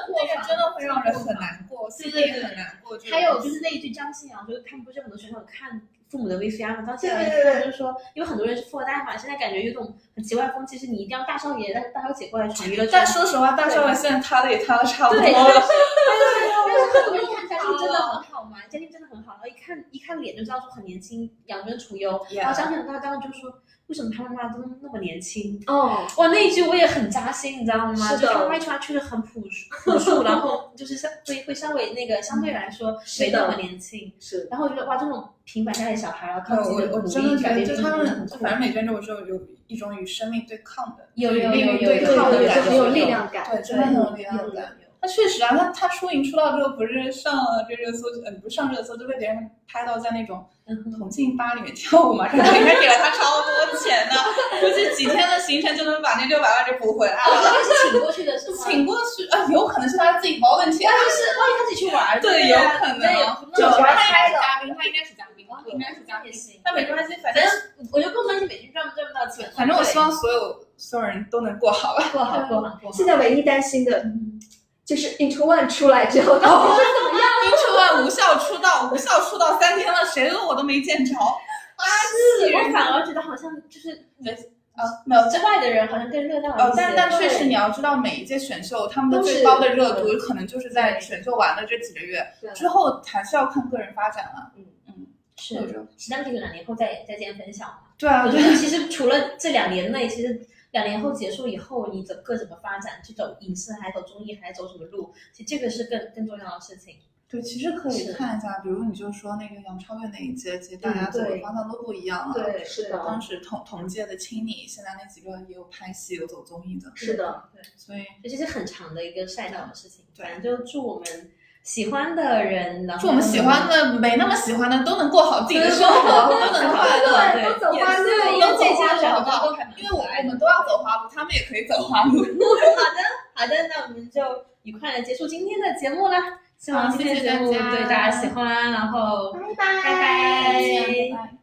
Speaker 1: 过
Speaker 2: 那
Speaker 1: 分
Speaker 2: 个真的会让人很难过，心里很难过。
Speaker 1: 还有就是那一句张信阳，就是他们不是很多学生有看父母的 VCR 吗？张信阳
Speaker 3: 对对对
Speaker 1: 就是说，因为很多人是富二代嘛，现在感觉有种很奇怪的风气，是你一定要大少爷、大大小姐过来传娱乐圈
Speaker 2: 但。说实话，大少爷现在塌的也塌的差不多
Speaker 1: 对，但
Speaker 2: 了。
Speaker 1: 是但是我一看家境真的很好嘛，家境真的很好，然后一看一看脸就知道说很年轻，养尊处优。然后张信阳他当时就说，为什么他妈妈都那么年轻？
Speaker 3: 哦，
Speaker 1: 哇，那一句我也很扎心，你知道吗？
Speaker 3: 是的
Speaker 1: 就他妈妈穿确实很朴素，朴素，然后就是相会会稍微那个相对来说没那么年轻。
Speaker 3: 是
Speaker 1: 然后我觉得哇，这种平凡家里小孩，然后
Speaker 2: 呃
Speaker 1: 靠自
Speaker 2: 我
Speaker 1: 己的
Speaker 2: 我
Speaker 1: 努
Speaker 2: 真的
Speaker 1: 力
Speaker 2: 觉
Speaker 1: 改
Speaker 2: 得，
Speaker 1: 变
Speaker 2: 就
Speaker 1: 命
Speaker 2: 他
Speaker 1: 运，很
Speaker 2: 们，就
Speaker 1: 酷
Speaker 2: 反正美娟这种就有一种与生命对抗的，
Speaker 1: 有
Speaker 2: 与
Speaker 1: 有
Speaker 2: 命
Speaker 1: 有
Speaker 2: 运
Speaker 1: 有
Speaker 2: 对
Speaker 3: 对，
Speaker 2: 抗
Speaker 1: 有
Speaker 2: 的
Speaker 3: 有
Speaker 2: 感
Speaker 3: 很
Speaker 2: 觉，
Speaker 3: 有力量感，
Speaker 2: 对，真的很有力量感。那确实啊，他他出影出道之后，不是上了这热搜，呃，不是上热搜，就被别人拍到在那种
Speaker 1: 嗯哼
Speaker 2: 同性吧里面跳舞嘛，这应该给了他超多钱呢，估计几天的行程就能把那六百万给补回来
Speaker 1: 哦， (laughs)
Speaker 2: 了。
Speaker 1: 他是请过去的是吗？
Speaker 2: 请过去啊、有可能是他自己毛问题，
Speaker 1: 他哎就是万一他自己去玩儿，
Speaker 2: 对，有
Speaker 1: 呀
Speaker 2: 可能
Speaker 1: 那也
Speaker 2: 啊，
Speaker 1: 不能
Speaker 2: 是
Speaker 1: 说
Speaker 2: 他应该
Speaker 3: 猜
Speaker 2: 是
Speaker 3: 的
Speaker 2: 嘉宾，他应该是嘉宾，
Speaker 1: 嗯
Speaker 2: 他应该是嘉
Speaker 1: 也
Speaker 2: 宾。
Speaker 1: 行。
Speaker 2: 但没关系，反
Speaker 1: 反
Speaker 2: 正
Speaker 1: 正我就更关心美军赚不赚不到钱。
Speaker 2: 反正我
Speaker 1: 对
Speaker 2: 希望所有所有人都能过好吧。
Speaker 1: 过好过好过好。
Speaker 3: 现在唯一担心的
Speaker 1: 嗯
Speaker 3: 就是 Into One 出来之后，到底会怎么样？
Speaker 2: Into One 无效出道，无效出道三天了，谁的我都没见着。啊，气
Speaker 1: 我
Speaker 2: 人
Speaker 1: 反而觉得好像就是
Speaker 2: 啊，没有这
Speaker 1: 之外的人好像更热闹一，
Speaker 2: 呃
Speaker 1: 些。
Speaker 2: 但但确实
Speaker 1: 对
Speaker 2: 你要知道，每一届选秀他们的
Speaker 3: 都是
Speaker 2: 最高的热度，可能就是在选秀完了这几个月
Speaker 3: 对
Speaker 2: 之后，还是要看个人发展了。
Speaker 1: 是实际上这个两年后再再见分享嘛。
Speaker 2: 对啊，
Speaker 1: 我
Speaker 2: 对
Speaker 1: 觉得其实除了这两年内，其实两年后结束以后，你整个怎么发展，去走影视还是走综艺还是走什么路，其实这个是更更重要的事情。
Speaker 2: 对，其实可以
Speaker 1: 是
Speaker 2: 看一下，比如你就说那个杨超越那一届，其实大家
Speaker 1: 嗯
Speaker 2: 走的
Speaker 1: 对
Speaker 2: 方向都不一样了。
Speaker 1: 对
Speaker 3: 是的，
Speaker 2: 当时同同届的青你，现在那几个也有拍戏，有走综艺的，
Speaker 3: 是的，
Speaker 1: 对，
Speaker 2: 所以
Speaker 1: 所以这是很长的一个赛道的事情。
Speaker 2: 对
Speaker 1: 反正就祝我们喜欢的人，然后
Speaker 2: 祝我们喜欢的、没那么喜欢的都能过好自己的生活，都能快乐。
Speaker 3: 对，都走
Speaker 1: 也
Speaker 3: 弯
Speaker 2: 是
Speaker 3: 路，
Speaker 2: 有
Speaker 1: 都
Speaker 3: 都走
Speaker 1: 这
Speaker 2: 自己
Speaker 1: 家人
Speaker 2: 的
Speaker 3: 弯路。
Speaker 2: 小道
Speaker 1: 都还蛮
Speaker 2: 因为我哎我们都要走花路，他们也可以走花路。
Speaker 1: (laughs) 好的，那我们就愉快的结束今天的节目啦。希望
Speaker 2: 好
Speaker 1: 今天的
Speaker 2: 谢谢
Speaker 1: 节目
Speaker 2: 大家
Speaker 1: 对大家喜欢，然后
Speaker 3: 拜
Speaker 1: 拜拜
Speaker 2: 拜拜。